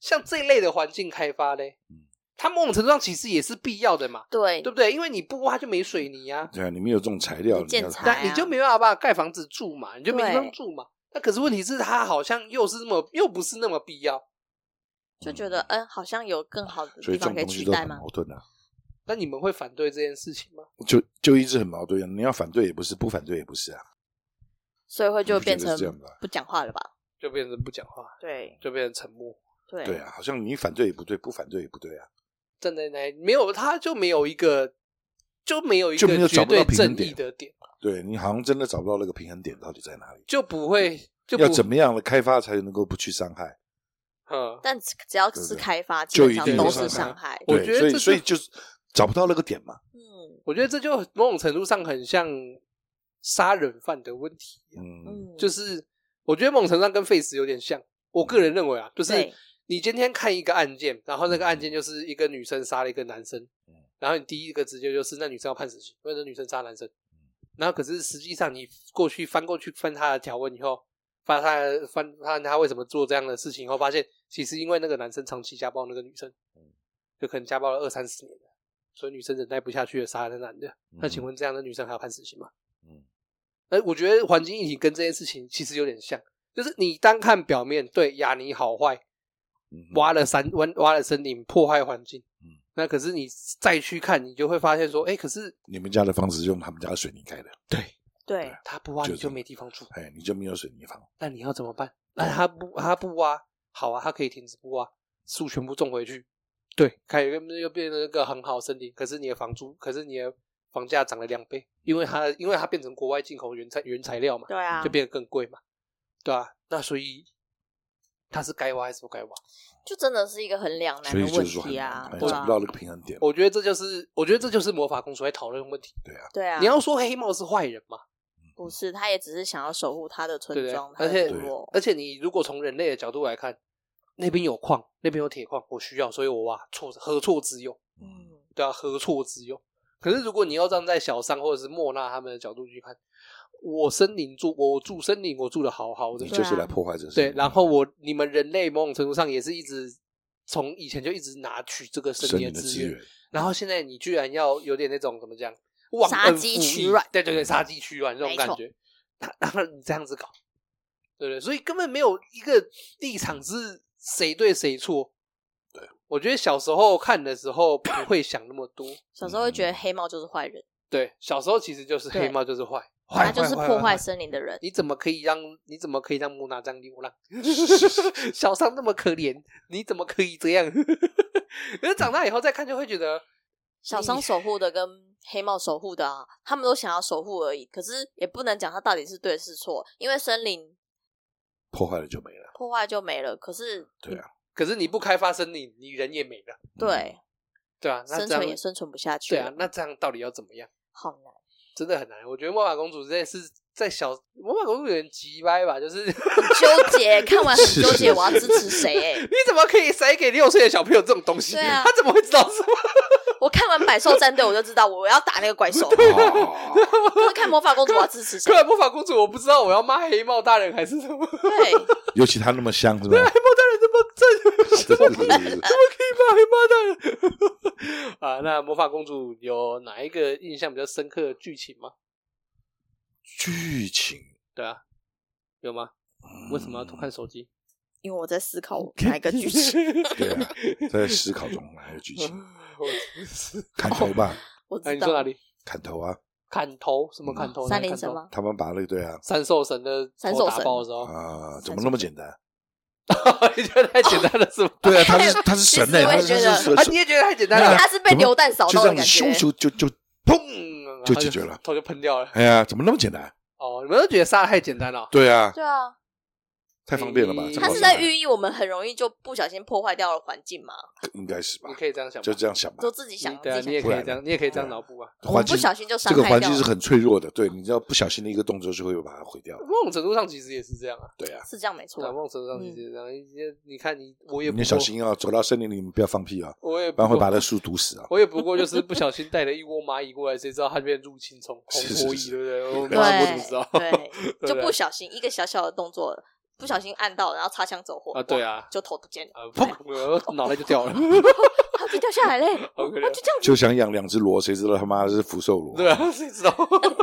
像这一类的环境开发嘞
嗯，
它某种程度上其实也是必要的嘛，
对
对，不对？因为你不挖就没水泥啊，
对啊，你没有这种材
有
料，你要
建材
但你就没办法盖房子住嘛，你就没地方
哎对
住嘛。那可是问题是，它好像又是那么又不是那么必要。
就觉得嗯，好像有更好的
所以
地
这
方
种
可以
东
取
西都
代
很
吗？
矛盾啊。
那你们会反对这件事情吗？
就就一直很矛盾啊，你要反对也不是，不反对也不是啊。
所以会就
我觉
变
得
成
是这样吧
不讲话了吧？
就变成不讲话，
对
就变成沉默。
对
对啊，好像你反对也不对，不反对也不对啊。
站在那里没有，他就没有一个就没有一
就没
个
有
绝
找不到
对
平
正
衡点
义的点，
对你好像真的找不到那个平衡点到底在哪里，
就不会就不
要怎么样的开发才能够不去伤害？
嗯，
但只只要
对
是
对
开发，基
就
本
一
上
定
都
有
是
伤
伤
害
害。
我
对，
觉得
所以
这是
所以就是找不到那个点嘛。
嗯
我觉得这就某种程度上很像杀人犯的问题一样，
嗯，
嗯，
就是我觉得某种程度上跟 Face 有点像。我个人认为啊，就是
嗯对
你今天看一个案件，然后那个案件就是一个女生杀了一个男生
嗯，
然后你第一个直接就是那女生要判死刑，因为那女生杀男生。然后可是实际上你过去翻过去翻她的条文以后，翻她的翻她她为什么做这样的事情以后，发现其实因为那个男生长期家暴那个女生，就可能家暴了二三十年了，所以女生忍耐不下去了，杀了那男的。那请问这样的女生还要判死刑吗？
嗯，
哎，我觉得环境议题跟这件事情其实有点像，就是你单看表面对雅尼好坏，
嗯，
挖了山挖挖了森林，破坏环境。
嗯
那可是你再去看，你就会发现说，哎，可是
你们家的房子是用他们家的水泥盖的，
对
他不挖
就
你
是
就没地方住，
哎，你就没有水泥房，
那你要怎么办？那他不
嗯
他不挖，好啊，他可以停止不挖，树全部种回去，对，开又又变成一个很好的森林。可是你的房租，可是你的房价涨了两倍，因为它因为它变成国外进口原材原材料嘛，
对啊
就，变得更贵嘛，对啊，那所以它是该挖还是不该挖？
就真的是一个很两难
所
的
以就
问
是说很
题啊，
哎
对
找
啊
不，到那个平衡点。
我觉得这就是我觉得这就是魔法公主在讨论的问题。
对啊，
你要说黑帽是坏人嘛，
不是，他也只是想要守护他的
对
村
不对
庄，？他
而且
的部落，
而且你如果从人类的角度来看，那边有矿，那边有铁矿，我需要，所以我挖，错何错之有？
嗯，
对啊，何错之有？可是如果你要站在小商或者是莫纳他们的角度去看，我森林住，我住森林，我住的好好的
你，就是
对啊
来破坏这
对，
些，
然后我你们人类某种程度上也是一直从以前就一直拿取这个森
森
林
林
的
的
资
资
源
源，，
然后现在你居然要有点那种怎么讲，忘
杀
恩
鸡
负
取
义
卵
对对对，杀鸡取卵这种
没
感
错
觉，然然后你这样子搞，对不对？所以根本没有一个立场是谁对谁错。对，我觉得小时候看的时候不会想那么多，
小时候会觉得
嗯
黑帽就是坏人，
对，小时候其实就是
对
黑猫就是坏，
他
坏
就是破坏。森林的人，
你怎么可以让你怎么可以让木娜这样流 浪？小桑那么可怜，你怎么可以这样？ 可是长大以后再看，就会觉得嗯
小商守护的跟黑帽守护的啊，他们都想要守护而已，可是也不能讲他到底是对是错，因为森林
破坏了就没了。
破坏就没了，可是
嗯
对啊，
可是你不开发森林，你人也没了，
对、
对啊，那
生
这样
存也生存不下去
对
了，
啊，那这样到底要怎么样？
好难，
真的很难。我觉得魔法公主这是在小魔法公主有点急歪吧，就是 你
纠结，看完很纠
是
结，我要支持谁、欸？
怎么可以塞给六岁的小朋友这种东西？
对啊
他怎么会知道是么？
我看完百兽战队，我就知道我要打那个怪 兽，
啊
哦
可是看魔法公主，我要支持谁
看？来魔法公主，我不知道我要骂黑帽大人还是什么。黑
对，
尤其他那么香，是吧？
帽大人怎么这
是是是
怎么可以骂黑帽大人？ 啊，那魔法公主有哪一个印象比较深刻的剧情吗？
剧情
对啊，有吗？为什么要偷看手机？
因为我在思考我哪一个剧 情，
对啊，在思考中还有剧 情，
哦
砍头吧，
我
哎，
知
你
道
说哪里？
砍头啊！
砍头？什么
嗯
砍头？
三
哪里
连
砍
神
头？
吗？
他们把那个对啊
三兽神的
三
头
兽
打
神
爆的时候，
啊，怎么那么简单？嗯
你觉得太简单了是吗？
对啊，他 是他是
其实
神呢，
我
他
也
是
觉得
神
啊，你也觉得太简单
对
了
啊，
他是被榴弹扫
就
到
这
的
样
感
子，
觉
咻，咻就就砰！
嗯
就
然后
解决了
头就喷掉了。
哎呀，怎么那么简单？
哦，你们都觉得杀的太简单了，
对啊，
对啊，
太方便了吧
嗯？
这么
它
好
是
上
在
来
寓意我们很容易就不小心破坏掉了环境嘛，
应该是吧
你？可以这样想吧，
就这样想吧
就。自己想
你对
自
啊，你
己
也
想，
可以这样，你也可以这样脑补啊。
我们
环
不
境
小心就伤
这个
害
环
掉
境是
了，
很脆弱的，对，你只要不小心的一个动作就会把它毁掉。
某种程度上其实也是这样啊，
对啊，
是这样嗯没
对啊，
错。
某种程度上其实也是这样。你你看你，我也
你
不
要小
过，
心啊，走到森林里面不要放屁啊，
我也
不然会
过
把那树毒死啊。
我也不过就是不小心带了一窝蚂蚁过来，谁知道它变入侵虫红
是是
火蚁，
是
对不对？啊我
对
我怎么知道？
对，
对
就
对啊
不小心一个小小的动作，不小心按到，然后擦枪走火
啊，对，啊
哇，就头不见了，
啊，砰，脑袋就 掉了，
它就掉下 来嘞，
好可怜，
就想养两只螺，谁知道他妈是福寿 螺，
对啊，谁知道？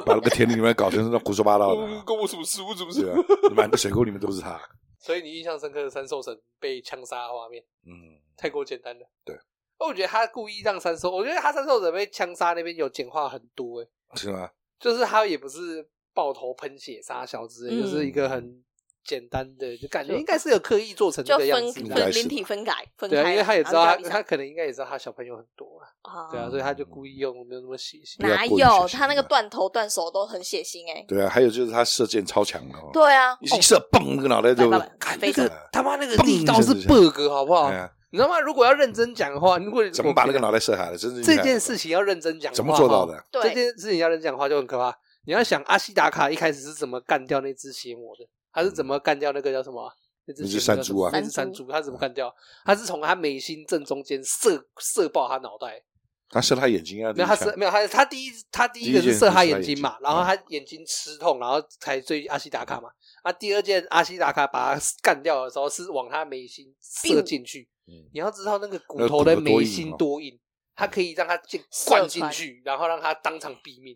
把那个田里面搞成那胡说八道的啊，
跟我什么事？我怎么
对
事？
啊，满个水沟里面都是它。
所以你印象深刻的三兽神被枪杀的画面，
嗯，
太过简单了。
对，
哦，我觉得他故意让三兽，我觉得他三兽神被枪杀那边有简化很多，诶，
是吗？
就是他也不是爆头喷血杀小之类，
嗯
就是一个很简单的，就感觉
就
应该是有刻意做成
就
这个样
分
子
应
的。
该
分
是
灵体分开分开
对啊，
了，
因为他也知道
然后
他，
掉地上
他可能应该也知道他小朋友很多啊，
啊
对啊，所以他就故意用没有那么血腥。
不要
哪
过于
有
血腥
他那个
啊
断头断手都很血腥哎、
对啊，还有就是它射箭超强的哦，
对啊，
一射嘣，那个脑袋
哦
就
拜拜拜
看那
非常
个
常
他妈那个
砰
力道是啊
一下子
bug 好不好
哎？呀
你知道吗？如果要认真讲的话，如果
怎么把那个脑袋射下来？真是厉害
这件事情要认真讲，
怎么做到？的？
这
对，
件事情要认真讲话就很可怕。你要想阿西达卡一开始是怎么干掉那只邪魔的，他是怎么干掉那个叫什么啊？那只
那只
邪魔叫什么
山猪啊
那只山猪，他是怎么干掉？他是从他眉心正中间射射爆他脑袋，
他射他眼睛啊！
没有，他
第
是
一枪
没有他，他第一他第一个
第
是
一件
射他
是射
眼睛嘛
眼，睛嗯
然后他眼睛吃痛，然后才追阿西达卡嘛。啊，第二件阿西达卡把他干掉的时候是往他眉心射进去。
嗯
你要知道那个骨
那
头
骨
的
头多
眉
硬
心
哦
多硬，它可以让它进
射
灌进
穿
去，然后让它当场毙命。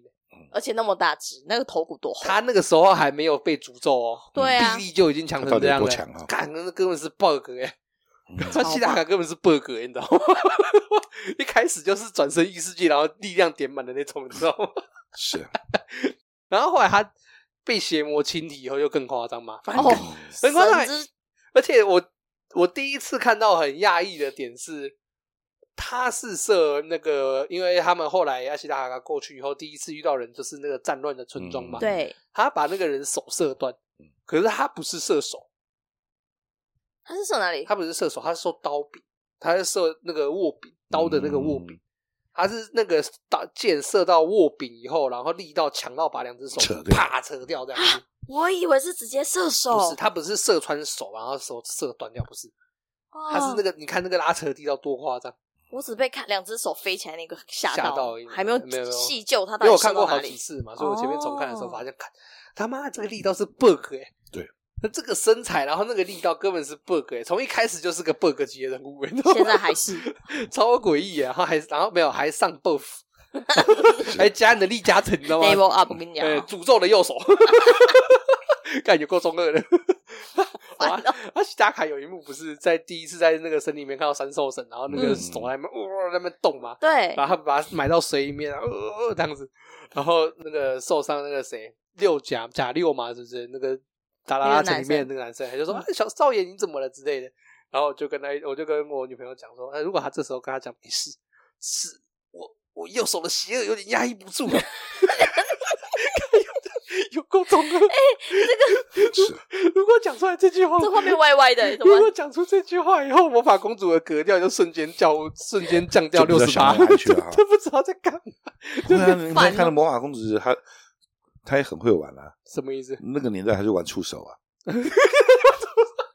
而且那么大只，那个头骨多厚，
他那个时候还没有被诅咒哦，
对啊
臂力就已经强成这样
他到底有多强
了
啊。
干，那根本是 bug 哎、
嗯
穿西达卡根本是 bug，、欸、你知道吗？ 一开始就是转身异世界，然后力量点满的那种，你知道吗？
是
然后后来他被邪魔侵体以后就更夸张嘛，反正
哦
更很夸张
神之
而且我我第一次看到很讶异的点是，他是射那个，因为他们后来亚西达卡过去以后，第一次遇到人就是那个战乱的村庄嘛，
嗯
对，
他把那个人手射断，可是他不是射手，
他是射哪里？
他不是射手，他是射刀柄，他是射那个握柄刀的那个握柄。
嗯
他是那个打箭射到握柄以后，然后力道强到把两只手
扯掉
啪扯掉这样子，
我以为是直接射手，
不是，他不是射穿手，然后手射断掉，不是，
哦
他是那个，你看那个拉扯力道多夸张，
我只被看两只手飞起来那个吓
吓到而已
还没有
没有没有
细究他
因
到
为
底
我
射
看
到
过
哪
好几
里。
次嘛，所以我前面重看的时候
哦
发现，看他妈这个力道是 bug 哎、
对，
那这个身材，然后那个力道根本是 bug 哎、从一开始就是个 bug 级的人物、欸，
现在还 是
超诡异、欸，然后还然后没有还上 buff，还加你的力加成，你知道吗？
level up，我跟你讲，啊
呃，诅咒的右手， 感觉够中二的。
完
哇
了，
阿西达卡有一幕不是在第一次在那个森林里面看到三兽神，然后那个
嗯
手在那边哇在那边动嘛，
对，
然后他把它埋到水里面，然后呃这样子，然后那个受伤那个谁六甲甲六嘛，是不是那个达拉拉城里面那个男生，他就说、
嗯
啊、小少爷你怎么了之类的，然后我就跟他我就跟我女朋友讲说，哎那、如果他这时候跟他讲没事，是我我右手的邪恶有点压抑不住了。 有够中二！
是，
如果讲出来这句话，
哎这画面歪歪的，怎
如果
么？
讲出这句话以后，魔法公主的格调就瞬间降，瞬间降掉
就
六
不知道
十八，
想到哪里去啊了哈
这不知道在干嘛，
对啊，你
烦
看
哦
看到魔法公子，他他也很会玩啊。
什么意思？
那个年代还是玩触 手啊，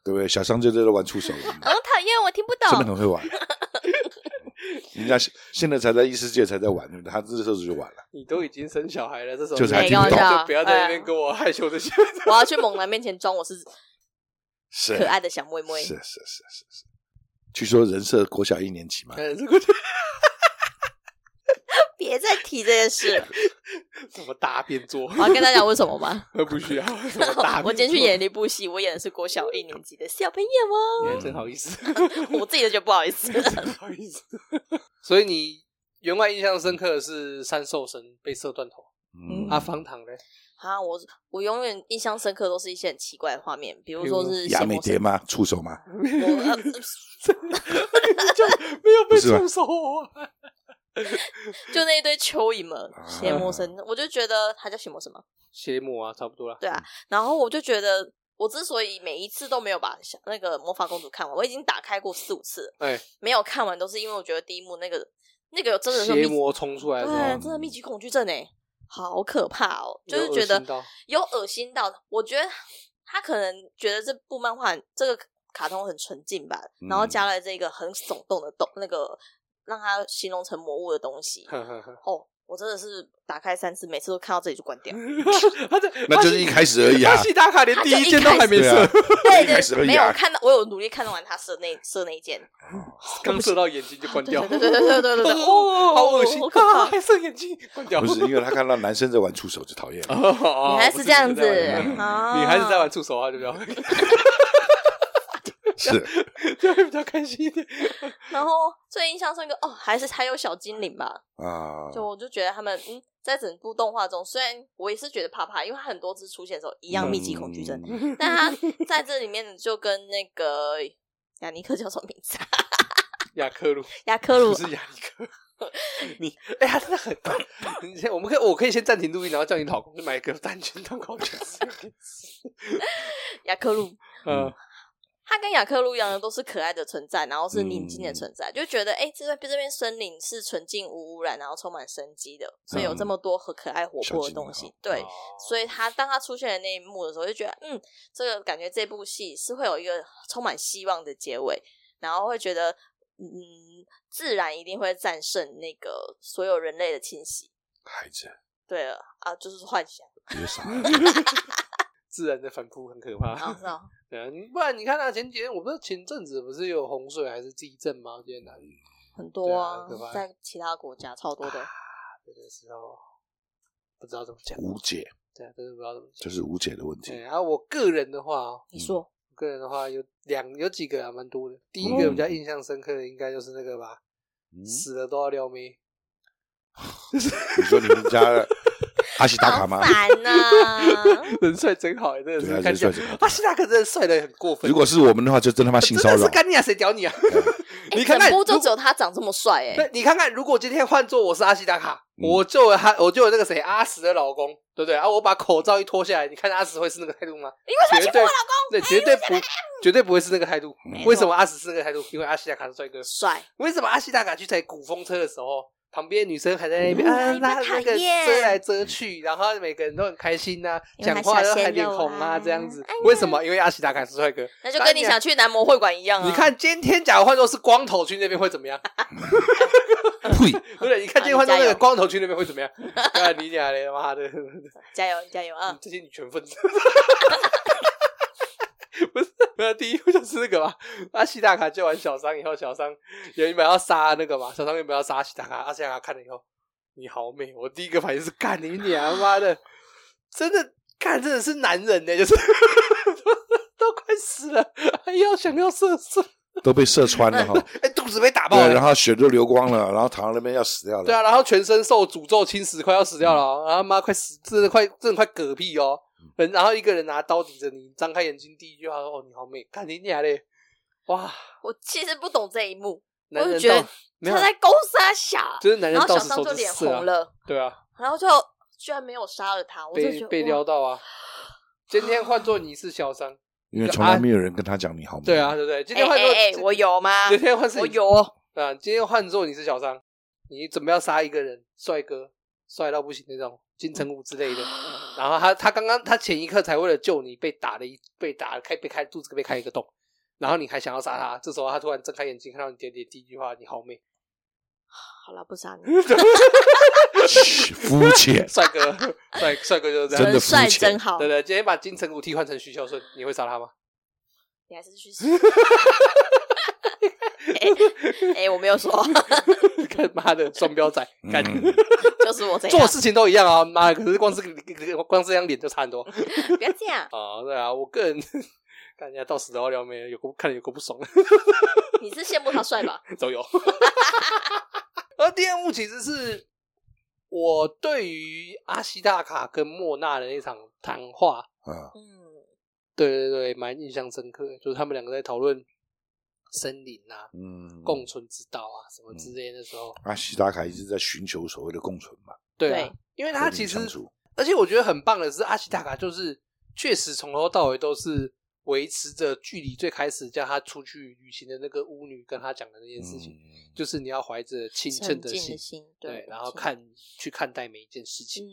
对不对？小商就在这玩触手，
啊，讨厌，我听不
真的
懂。
很 会玩。人家现现在才在异世界才在玩，他这时候就玩了。
你都已经生小孩了，这种
就是还
就
听不懂
就不要在那边跟我害羞的笑。
我要去猛男面前装我是
是
可爱的小妹妹
是，是是是是。据说人设国小一年级嘛，
嗯，这个
别再提这件事了。
什么大变做，
我要跟大家讲为什么吗？
不需要什么大变作。
我今天去演了一部戏，我演的是国小一年级的小朋友哦，
你 还哎真好意思，
我自己都觉得不好意思。
真好意思。所以你员外印象深刻的是三兽神被射断头，
嗯，
阿方糖嘞，
啊，我我永远印象深刻都是一些很奇怪的画面，比如说是
亚
邪
美
魔
蝶吗？触手吗？
我呃
就没有被
不是吧
触手啊。
就那一堆蚯蚓嘛，
啊
邪魔神，我就觉得他叫邪魔神嘛，
邪魔啊，差不多啦。
然后我就觉得我之所以每一次都没有把小那个魔法公主看完，我已经打开过四五次了，
哎，
没有看完都是因为我觉得第一幕那个那个真的是
邪
密
魔冲出来的时候，
对，真的密集恐惧症哎，好可怕哦！就是
有恶
觉得
心到
有恶心到，我觉得他可能觉得这部漫画很这个卡通很纯净吧，
嗯
然后加了这个很耸动的动那个让他形容成魔物的东西。
呵呵 呵
哦，我真的是打开三次，每次都看到这里就关掉。
他这
那就是一开始而已啊
他。西达卡连第一件都还没
对
射
啊，，
对
开始而
对，没
已啊
有我看到，我有努力看完他射那射那一箭，
刚射到眼睛就关掉，
对对对对对对对对，
哦，好恶心
好，可怕
啊还射眼睛，关掉哦
不。是 因为他看到男生在玩触手就讨厌了，
女
女孩是这样子，
女
女
孩子在玩触手啊，对不 对？
是
这样会比较开心一点。
然后最印象深刻哦，还是还有小精灵吧，
啊，
就我就觉得他们嗯，在整部动画中，虽然我也是觉得怕怕，因为它很多次出现的时候一样密集恐惧症，
嗯
但他在这里面就跟那个雅尼克叫什么名字啊？
雅克鲁
雅克鲁
不是雅尼克， 你哎，他真的很棒。你先，我们可以，我可以先暂停录音，然后叫你老公去买一个蛋卷当烤卷吃。
雅克鲁，
嗯，
他跟雅克鲁一样的都是可爱的存在，然后是宁静的存在，就觉得哎、这边这边森林是纯净无污染，然后充满生机的，所以有这么多很可爱活泼的东
小精
西。
灵
对，所以他当他出现的那一幕的时候，就觉得嗯，这个感觉这部戏是会有一个充满希望的结尾，然后会觉得嗯，自然一定会战胜那个所有人类的侵袭。
孩子
对了啊，就是幻想
别傻，
自然的反扑很可怕。
啊，是啊，
对啊，你不然你看啊，前几天我不是前阵子不是有洪水还是地震吗？今天哪里？
很多啊
对啊很可，怕
在其他国家超多的。
这个时候不知道怎么讲，
无解，
对啊，真的不知道怎么
这
讲。
是无解的问题
对，。啊然后我个人的话哦，
你说，
我个人的话有两有几个啊，蛮多的。第一个比较印象深刻的应该就是那个吧，
嗯
死了都要撩妹。
你说你们 家阿西达卡
好
吗？
烦呐！
人帅真好，欸真的
对啊
是看起来
人帅真好
巴西大哥真的帅的很过分。
如果是我们的话，就真他妈性骚
真的
扰哎
是。干你啊，谁屌 你啊？你
欸
看看
整部就
如
只有他长这么帅哎、
对，你看看，如果今天换做我是阿西达卡，
嗯
我就有他，我就有那个谁阿石的老公，对不对？啊，我把口罩一脱下来，你看阿石会是那个态度吗？
你为什么
绝
娶
对
我老公？
对，绝对不，绝对不会是那个态度
没。
错
为什么阿石是那个态度？因为阿西达卡是帅哥。
帅，
为什么阿西达卡去踩古风车的时候，旁边女生还在那边啊
嗯
拉
你们讨
那个
厌
遮来遮去，然后每个人都很开心呐、
因为
讲
他
话
小
都
鲜
含脸
肉
红
啊
啊，这样子
哎呀。
为什么？因为阿西达卡是帅哥。哎
那就跟你想去男模会馆一样啊！
你，看今天假如换作是光头去那边会怎么样？
呸！
对不对？你看今 天换作那个光头去那边会怎么样？啊，你俩嘞，妈的，
加油加油啊！
这些女权分子。 不是，没有第一步就是那个嘛。阿西达卡救完小桑以后，小桑原本要杀那个嘛，小桑原本要杀阿西达卡，啊阿西达卡看了以后，你好美，我第一个反应是干你娘妈的，真的干真的是男人呢、就是 都快死了，还要想要射射，
都被射 穿了哈，
哎、肚子被打爆了
对，，然后血都流光了，然后躺在那边要死掉
对
了。
啊，然后全身受诅咒侵蚀，快要死掉了哦、然后妈快死，真的快，真的快嗝屁哦。人，然后一个人拿刀抵着你，张开眼睛，第一句话说：“哦，你好美，看你俩嘞，哇，
我其实不懂这一幕，
男
我就
人
觉得
到没有
他
啊，
在勾杀小，
就是男人
然后
到
小
死
桑
手
就
指
脸
是啊
红，了，
对啊，
然后就居然没有杀了他，我就觉得
被被
哇
撩到啊。今天换做你是小三，
因为从来没有人跟他讲你好吗？
对啊，，对不对？今
哎
天换做
哎哎，我有吗？
今天换是
我有哦，
啊，今天换做你是小三，你准备要杀一个人，帅哥，帅到不行那种，金城武之类的。然后他他刚刚他前一刻才为了救你被打了一被打开被开肚子被开一个洞，然后你还想要杀他，这时候他突然睁开眼睛看到你点点，第一句话你好美，，
好了，不杀你，
嘘肤浅
帅 哥，帅帅哥就是这样。
真的肤
帅
浅
真好
对，对，今天把金城武替换成徐孝顺，你会杀他吗？
你还是去死。 哎哎，我没有说，
看妈的双标仔， 干、
嗯
就是我这
做
样，
事情都一样啊，妈的！可是光是 光是这张脸就差很多。
不要这样，
啊，对啊，我个人 看人家到死都要撩妹，有够看了有够不爽，
你是羡慕他帅吧？
都有。 而第二幕其实是我对于阿西大卡跟莫娜的那场谈话，
啊，
嗯，
对对对，蛮印象深刻的，就是他们两个在讨论森林啊、
嗯，
共存之道啊什么之类的时候，
阿西达卡一直在寻求所谓的共存嘛，
对啊
对，
因为他
和平
其实
相处
而且我觉得很棒的是，阿西达卡就是确实从头到尾都是维持着距离最开始叫他出去旅行的那个巫女跟他讲的那件事情，
嗯
就是你要怀着清澈
沉
的
静
心
的，心，
对，然后
是
看去看待每一件事情。
嗯，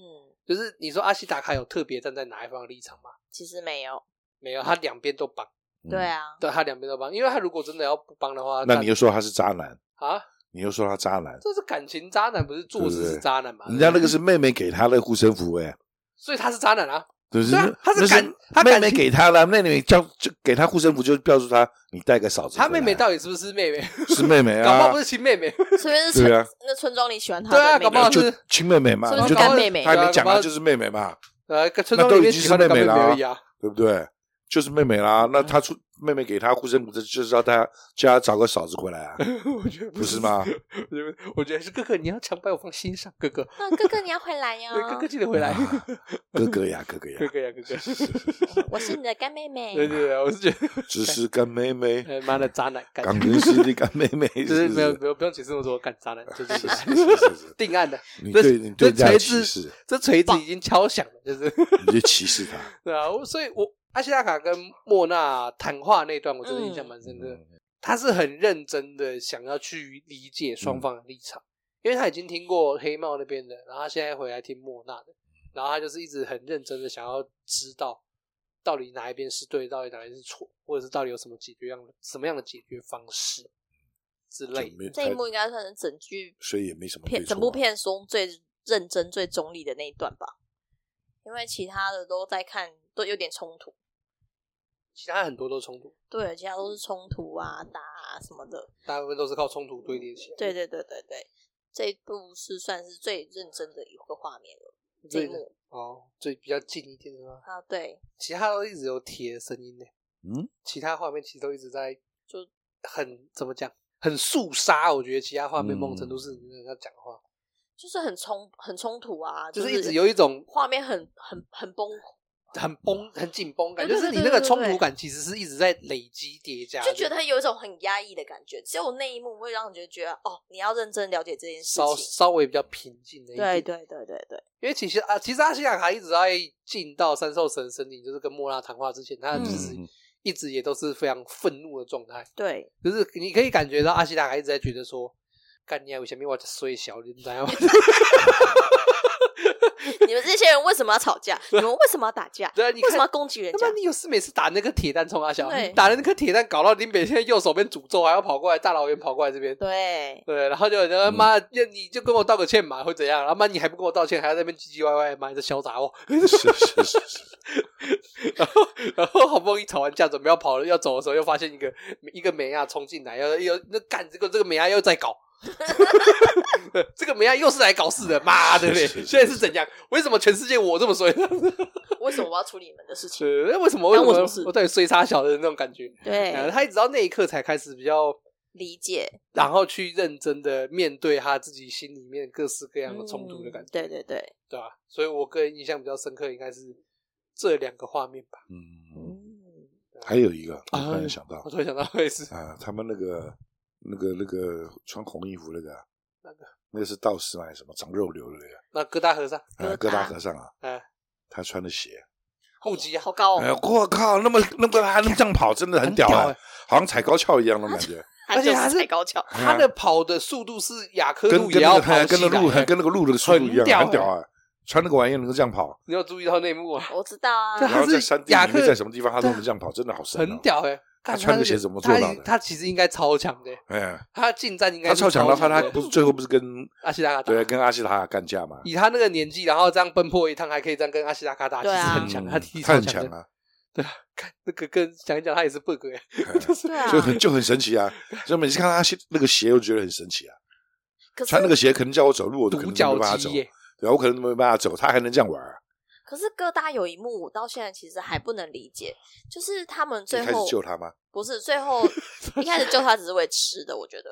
就是你说阿西达卡有特别站在哪一方的立场吗？
其实没有，
没有，他两边都帮，
对，啊，
对他两边都帮，因为他如果真的要不帮的话，
嗯那
他
你又说他是渣男，
啊，
你又说他渣男，
这是感情渣男，不是做事是渣男嘛？
人家
对
那
不对
个是妹妹给他的护身符哎，
所以他是渣男啊，
就是
对啊他是
那
感他
妹
感
妹
情
给他了，那你叫就给他护身符，就告诉他你带个嫂子回来。
他妹妹到底是不是 妹妹？
是妹妹
搞不好
啊
不，是亲妹妹，
所以是
对
村
啊
那村庄里喜 欢他
对啊
的妹
搞不好
妹，
就是亲妹妹嘛，
是不
你
是
就
干妹妹
他还没
对啊搞
讲，
不好
她就是妹妹嘛，
呃，跟村
那
庄
都
里
已
面
经
喜
是
欢的
妹妹
妹
了
而
啊
已啊，
对不对？就是妹妹啦，
嗯
那他出妹妹给他护身符，这就是要他叫他找个嫂子回来啊，
我觉得
不是？吗？
我觉得我觉得是哥哥，你要常把我放心上，哥哥，
那嗯哥哥你要回来呀，
对哥哥记得 回来，
啊哥哥呀，哥哥呀
哥，哥呀，哥 哥，
我是你的干妹妹，
对对对，我是觉得，
只是干妹妹，
哎妈的渣男， 感
港
觉
人是的干妹妹，
就是
不
没有没有不用解释那么多，干渣男就是
是是是是是，
定案的，
你
这
对你对人
这
家
锤
有歧
子
视，
这锤子已经敲响了，就是。
你就歧视他。
对啊，我所以我阿西达卡跟莫娜谈话那段，我 真的印象蛮深刻的。他是很认真的想要去理解
嗯
双方的立场，因为他已经听过黑帽那边的，然后他现在回来听莫娜的，然后他就是一直很认真的想要知道到底哪一边是对，到底哪一边是错，或者是到底有什么解决样什么样的解决方式之类
就
的。
没
这一幕应该算是整剧
所以也没什么对
片
错
整
啊
部片中最认真、最中立的那一段吧，因为其他的都在看，都有点冲突。
其他很多都冲突，
对，其他都是冲突啊、打啊什么的。
大部分都是靠冲突堆叠起来。
对对对对对，这一部是算是最认真的一个画面了。这
所
一
以
幕
哦，最比较近一点的话，
啊，对，
其他都一直有铁的声音呢。
嗯，
其他画面其实都一直在
就
很怎么讲，很肃杀。我觉得其他画面
嗯
某种程度是你跟他讲话，
就是很冲、很冲突啊，
就是是一直有一种
画面很、很、很崩，
很 崩、很紧绷感，
对
就
对
是你
对
那个
对对
冲
对
突感其实是一直在累积叠加，
就觉得有一种很压抑的感觉。只有那一幕会让你觉得，觉得哦，你要认真了解这件事
稍
情。
稍微比较平静的一
对
点。，
对对对对，
因为其实啊，其实阿西亚卡一直在进到三兽神森林，就是跟莫拉谈话之前，他
嗯
就是一直也都是非常愤怒的状态，
对，
就是你可以感觉到阿西亚卡一直在觉得说。干你啊！为什么我衰小？你知道吗？
你们这些人为什么要吵架？你们为什么要打架？
对啊，你
为
看
什么要攻击人
他
家
妈，？你有事每次打那个铁蛋冲阿小，
对
你打了那颗铁蛋，搞到林北现在右手边诅咒，还要跑过来大老远跑过来这边，
对，
对，然后就有人
嗯
说妈，要你就跟我道个歉嘛，会怎样？然后妈你还不跟我道歉，还要在那边唧唧歪歪，妈你在潇洒哦。
是是 是是，
然后然后好不容易吵完架，准备要跑了要走的时候，又发现一个一个美亚冲进来，要要那干这个这个美亚又在搞。 这个美亚又是来搞事 的，妈的嘞！
是是是
现在是怎样？为什么全世界我这么衰？
为什么我要处理你们的事 情？
是为什么？为
干
什
我什么
么
事
我到底衰差小的那种感觉？呃
对，
他一直到那一刻才开始比较，
理解
然后去认真的面对他自己心里面各式各样的冲突的感觉，
嗯对对对，
对吧、所以我个人印象比较深刻应该是这两个画面吧。
嗯，
嗯，
还有一个，我
啊
突然想到
我突然想到会是
啊，他们那个那个那个穿红衣服那个啊
那个，
那个是道士吗？还是什么长肉瘤的那
那哥大和尚，
个啊，
疙
疙
瘩
瘩和尚啊，
哎，
他穿的鞋，
护脊啊，
好高
哎
哦，
呀，我靠，那么那么还能这样跑，真的很屌
屌哎
啊，好像踩高跷一样的感觉，
他就
而且还是
踩高跷，
哎呀
他的跑的速度是雅科
啊跟
路也
跟
要
那个
跑
还跟
起
那路还
来。
跟那个路的速度一
哎很
样，
屌哎
很屌啊！穿那个玩意儿能够这样跑，
你要注意到内幕啊，
我知道啊
对，
然
他
后在
是
山地
雅
里面，
克
在什么地方他都能这样跑，真的好神
很
哦！
屌哎！干
穿
那
个鞋怎么做到的
他他其实应该超强的，
哎呀，
他近战应该
他超强的话，他
的
不是最后不是跟
阿西达卡打
对，跟阿西塔干架嘛？
以他那个年纪，然后这样奔波一趟，还可以这样跟阿西达卡打，其
对
实
啊
很强，
嗯
他体力
他
超
很强
的。
啊，
那个跟讲一讲，他也是 bug 哎，
对啊，
就很就很神奇啊！所以每次看他鞋那个鞋，我就觉得很神奇啊。
可是
穿那个鞋，可能叫我走路，我都可
独
能都
角
没办法
鸡哎
走，
耶，
对啊，我可能都没办法走，他还能这样玩啊。
可是哥大有一幕，我到现在其实还不能理解，就是他们
你
最
开始
后
救他吗？
不是最 后一开始救他只是为吃的，我觉得，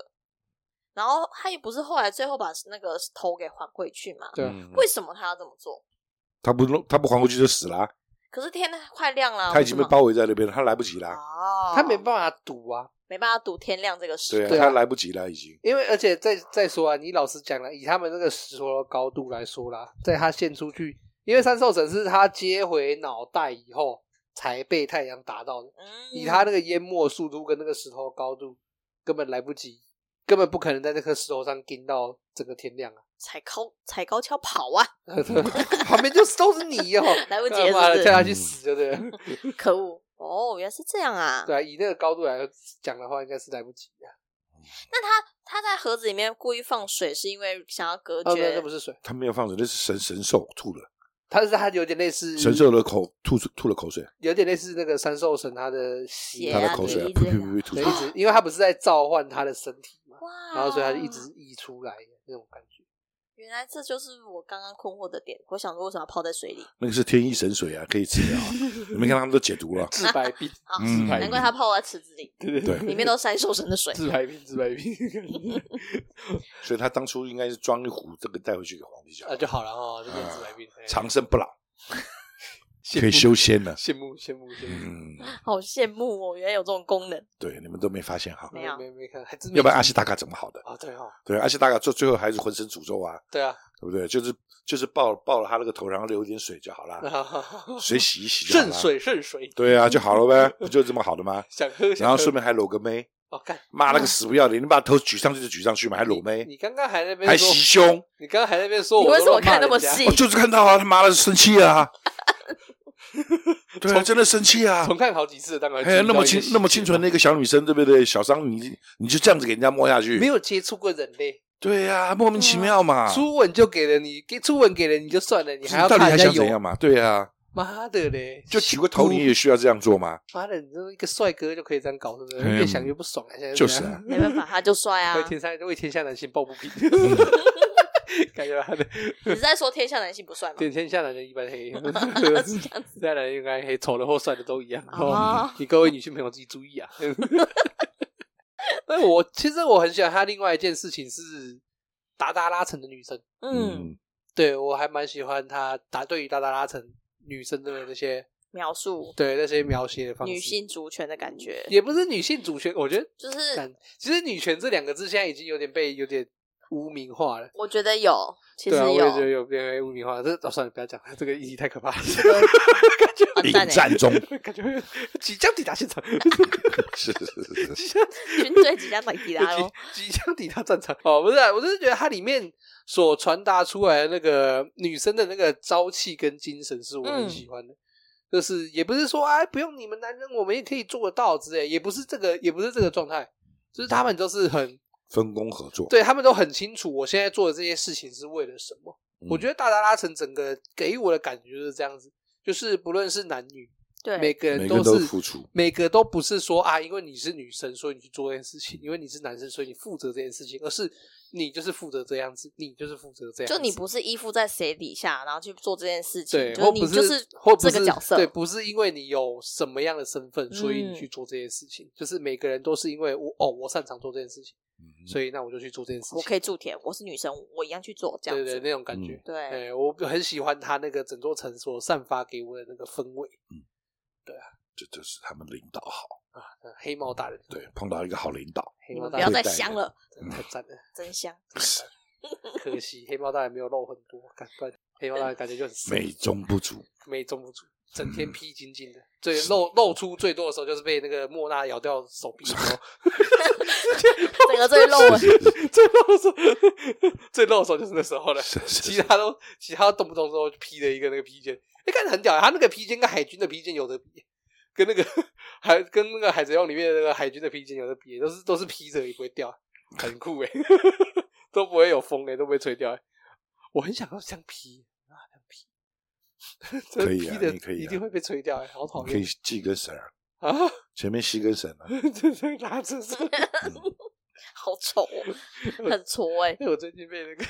然后他也不是后来最后把那个头给还回去嘛，
对啊，
嗯
为什么他要这么做？
他不弄，他不还回去就死了啊，
可是天快亮了，
他已经被
为什么
包围在那边，他来不及了，啊
哦，
他没办法赌啊，
没办法赌天亮这个事，
对啊，
对啊
他来不及了，已经。
因为而且再再说啊，你老实讲了，以他们那个石头的高度来说啦，在他献出去，因为三兽神是他接回脑袋以后才被太阳打到的，
嗯
以他那个淹没速度跟那个石头高度，根本来不及，根本不可能在那颗石头上盯到整个天亮啊！
踩高踩高跷跑啊，
旁边就是都是泥哦，
来不及
他妈
了是不
的
是
叫他去死就对了。
可恶！哦，原来是这样啊。
对啊，以那个高度来讲的话，应该是来不及的。
那他他在盒子里面故意放水，是因为想要隔
哦，那
绝
那不是水，
他没有放水，那是神神兽吐了，
它是它有点类似
神兽的口吐出吐了口水，啊
有点类似那个三兽神他的
对
血
他
啊
的口水啊
对一直
噗噗噗噗吐
所以一
出来。
直，因为他不是在召唤他的身体 嘛，
哇！
然后所以他
哦
就一直溢出来那种感觉。
原来这就是我刚刚困惑的点。我想说为什么要泡在水里
那个是天意神水啊，可以吃啊。你没看他们都解毒了，
治百 病，
啊？
嗯
难怪他泡在池子里，
对
对
里面都是三兽神的水。
治百病，治百病，
所以他当初应该是装一壶这个带回去给皇帝讲
那，就好了哦，就变治百病，哎
啊长生不老，
羡慕
可以修仙了。
羡慕羡慕羡慕，
嗯，
好羡慕哦，原来有这种功能。
对，你们都没发现哈，
没有
没没看，还真没
要不然阿西达卡怎么好的？
啊，对哦，
对，阿西达卡最最后还是浑身诅咒啊，
对啊，
对不对？就是就是抱抱了他那个头，然后流一点水就好了， 水洗一洗啊就好
圣
了。
水圣水，
对啊，就好了呗，不就这么好的吗？
想喝，
然后顺
顺便
便还搂个妹，
哦，干，
妈那个死不要脸，你把头举上去就举上去嘛，还搂妹，
你刚刚还在那边
还
说
袭胸，
你刚刚还在那边说，
你为什么看那么细
我就是看到啊，他妈的生气 了啊！对啊，
从
真的生气啊！
重看好几次，当然
还哎有那么清那么清
楚，
纯的一个小女生，对不对？小伤你你就这样子给人家摸下去，
没有嗯接触过人类，
对呀、莫名其妙嘛，
初吻就给了你，给初吻给了你就算了，你
你
还要
啊到底
看
还
人家
想怎样
有
嘛？对呀、
妈的嘞，
就举个头你也需要这样做吗？
妈的，你这一个帅哥就可以这样搞，是不是？
嗯
越想越不爽啊！现在
就是
这
啊
样，
没办法，他就帅啊
为！天下为天下男性抱不 平， 感觉他的
你是在说天下男性不帅吗？
对天下男人一般 黑，
是这样子。
天下男人应该黑，丑的或帅的都一样。
哦
哦，你各位女性朋友自己注意啊！ 那我其实我很喜欢他另外一件事情是达达拉城的女生，
嗯，，
对我还蛮喜欢他达对于达达拉城女生的那些
描述
对那些描写的方式，
女性主权的感觉，
也不是女性主权，我觉得
就是
但其实“女权”这两个字现在已经有点被有点污名化了。
我觉得有，其实
对啊，我也觉得
有，
有被污名化了。这哦，算了，不要讲了，这个议题太可怕了，
完
引
蛋欸
战 中
感觉即将抵达现场，
是是是是是，
即将
军队即将 抵达 喽。
即即将抵达战场。哦，不是、啊，我就是觉得它里面所传达出来的那个女生的那个朝气跟精神是我
嗯
很喜欢的。就是也不是说哎，不用你们男人，我们也可以做得到之类，也不是这个，也不是这个状态，就是他们都是很
分工合作。
对他们都很清楚，我现在做的这些事情是为了什么。
嗯
我觉得大达拉城整个给我的感觉就是这样子，就是不论是男女，
对，
每个人
每
都
个人都
是
付出，
每个都不是说啊，因为你是女生，所以你去做这件事情；因为你是男生，所以你负责这件事情，而是你就是负责这样子，你就是负责这样子。
就你不是依附在谁底下，然后去做这件事情，
对，
就
或
你
不
就是
或不
这
是
个角色，
对，不是因为你有什么样的身份，所以
嗯
你去做这件事情。就是每个人都是因为我哦，我擅长做这件事情，
嗯
所以那我就去做这件事情。
我可以铸铁，我是女生，我一样去做这样
对对，
子。
那种感觉。
嗯
对
哎、我很喜欢他那个整座城所散发给我的那个氛围。
这这是他们领导好。
呃黑猫大人，
对，碰到一个好领 导，
黑
你
猫
们
大
不
人
要再香了，
真的太赞了，
真香！
可惜黑猫大人没有肉很多，感不然黑猫大人感觉就很美
美中 不足。
美中不足，整天披紧紧的，最露露出最多的时候就是被那个莫娜咬掉手臂的时候，
整个最露 了，
最露的时候， 最露的时候就是那时候了。
是是
其
是，
他都，其他动不动都披了一个那个披肩，哎、看着很屌、他那个披肩跟海军的披肩有的比，跟那个 海跟那个海贼王里面的那个海军的披肩有的比，都是都是披着也不会掉，很酷哎、 都不会有风哎、都不会吹掉、欸。我很想要像披啊，像披，这
可以啊
披的
你可以啊
一定会被吹掉哎、好讨
可以
厌
系根绳儿，
啊！
前面系根绳啊，
这这拉扯是。
好丑 哦，很挫哎。
对我最近被那个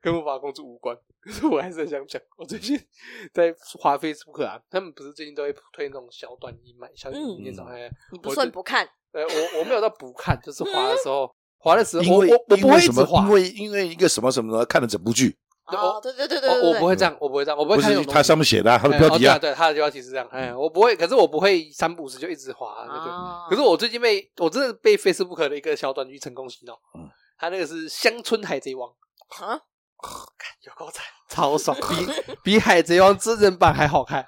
跟魔法公主无关，可是我还是很想讲。我最近在滑 Facebook 啊，他们不是最近都会推那种小短音嘛，小短
嗯
音那种。哎、
你不顺不看，
呃，我我没有到不看，就是滑的时候，滑的时候，
因
我
为
我我
因
不会
为
一
什
直
么？
滑，
因为因为一个什么什么的，看了整部剧，
对
哦，对对对对
我
对
我不
对，
会这样，我不会这样，我不会
不
看
是
那种
它上面写的啊，它
东
的
西
标题
哎哦
啊，
对啊对，它的标题是这样，哎，我不会，可是我不会三不五时就一直滑那个。
啊
可是我最近被我真的被 Facebook 的一个小短剧成功洗脑
嗯，
他那个是乡村海贼王。
啊，
有够赞，超爽，比比《海贼王》真人版还好 看，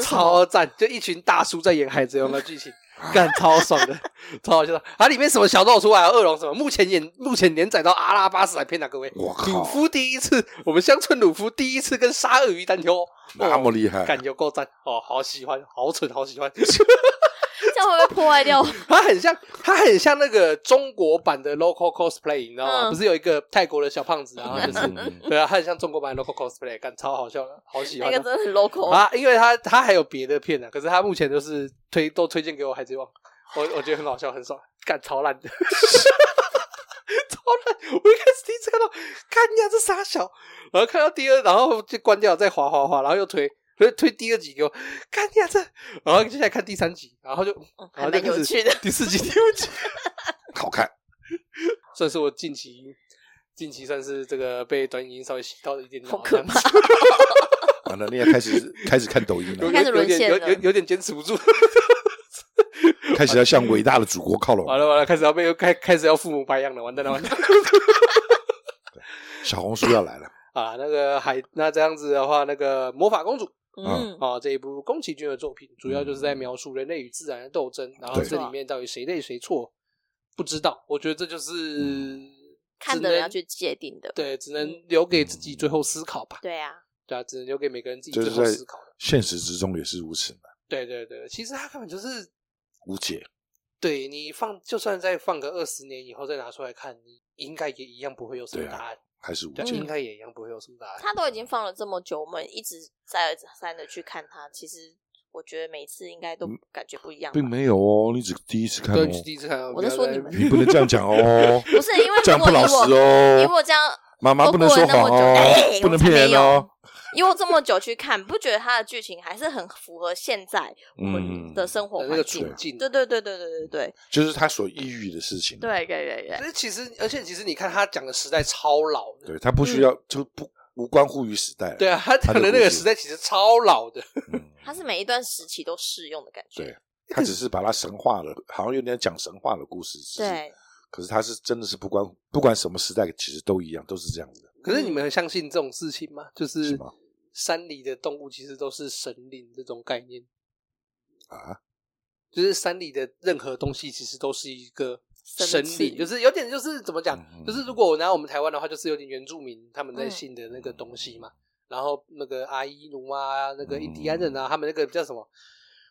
超赞！就一群大叔在演《海贼王》的剧情，干超爽的，超好笑的。它里面什么小豆出来，恶龙什么，目前演目前连载到阿拉巴斯还骗哪各位？
我靠
鲁夫第一次，我们乡村鲁夫第一次跟鲨鳄鱼单挑，
那么厉害，啊
感有够赞哦，好喜欢，好蠢，好喜欢。
这样会不会破坏掉？
它很像，它很像那个中国版的 local cosplay，你知道吗？
嗯
不是有一个泰国的小胖子啊，就是
嗯
对啊，它很像中国版的 local cosplay，感超好笑的，好喜
那
欢
个
啊
真的很 local，、
啊！因为它它还有别的片呢、啊可是它目前都是推都推荐给我《海贼王》我，我觉得很好笑，很爽，干超烂的，超烂！我一开始第一次看到，看呀这傻小，然后看到第二，然后就关掉，再滑滑滑，然后又推。推推第二集给我，看呀这，然后接下来看第三集，然后就
嗯
然
还
后就
蛮
开
有
始
趣的。
第四集、第五集，
好看。
算是我近期近期算是这个被短影音稍微洗到了一点脑，
好可怕
这样 子！
完了，你也开始开始看抖音
有
了，
开始
有有
沦
点
陷
有
了
有有点坚持不住，
开始要向伟大的祖国靠拢。
完了完了，开始要被开开始要父母白养了，完蛋了完蛋了
小红书要来了，
啊！那个海那这样子的话，那个魔法公主
嗯，
啊这一部宫崎骏的作品，主要就是在描述人类与自然的斗争，然后
对
这里面到底谁对谁错不知道，我觉得这就是
嗯
看
只
的人要
能
去嗯界定的。
对，只能留给自己最后思考吧，
对啊，
对啊，只能留给每个人自己
就
最
是
后
在
思考。
现实之中也是如此嘛，
对对对，其实他根本就是
无解。
对你放，就算再放个二十年以后再拿出来看，你应该也一样不会有什么
对啊
答案，
还是无
对，
嗯
解
应。该也一样不会有什么答案。
他都已经放了这么久，我们一直再而三的去看他，其实我觉得每次应该都
嗯
感觉不一样吧。
并没有哦，你只第一次看哦
对，，你是第一次看到，
我在说你们
你不能这样 讲哦，
不是因为
这
如
样
果
不
以
老
我
实
以
哦。
我这样
妈妈
都
不能
过
说
了那
谎
么久
哦
哎，
不能骗人哦。
以我这么久去看，不觉得他的剧情还是很符合现在我
嗯
们的生活
的那个
环
处
境？
境。
对对对对对对对
就是他所抑郁的事情。，
对对对
可是其实，而且其实，你看他讲的时代超老的，
对他不
嗯
需要，就不无关乎于时代了。
对啊，他讲的那个时代其实超老 的。
嗯，
它是每一段时期都适用的感觉。
对他只是把它神化了，好像有点讲神话的故事。只是，
对，
可是他是真的是不管不管什么时代，其实都一样，都是这样子的。
可是
嗯
你们相信这种事情吗？就是
是吗
山里的动物其实都是神灵这种概念，
啊，
就是山里的任何东西其实都是一个神
神
灵，
器
就是有点就是怎么讲
嗯，
就是如果我拿我们台湾的话，就是有点原住民他们
嗯
在信的那个东西嘛。然后那个阿伊奴啊，那个印第安人
嗯
啊，他们那个叫什么？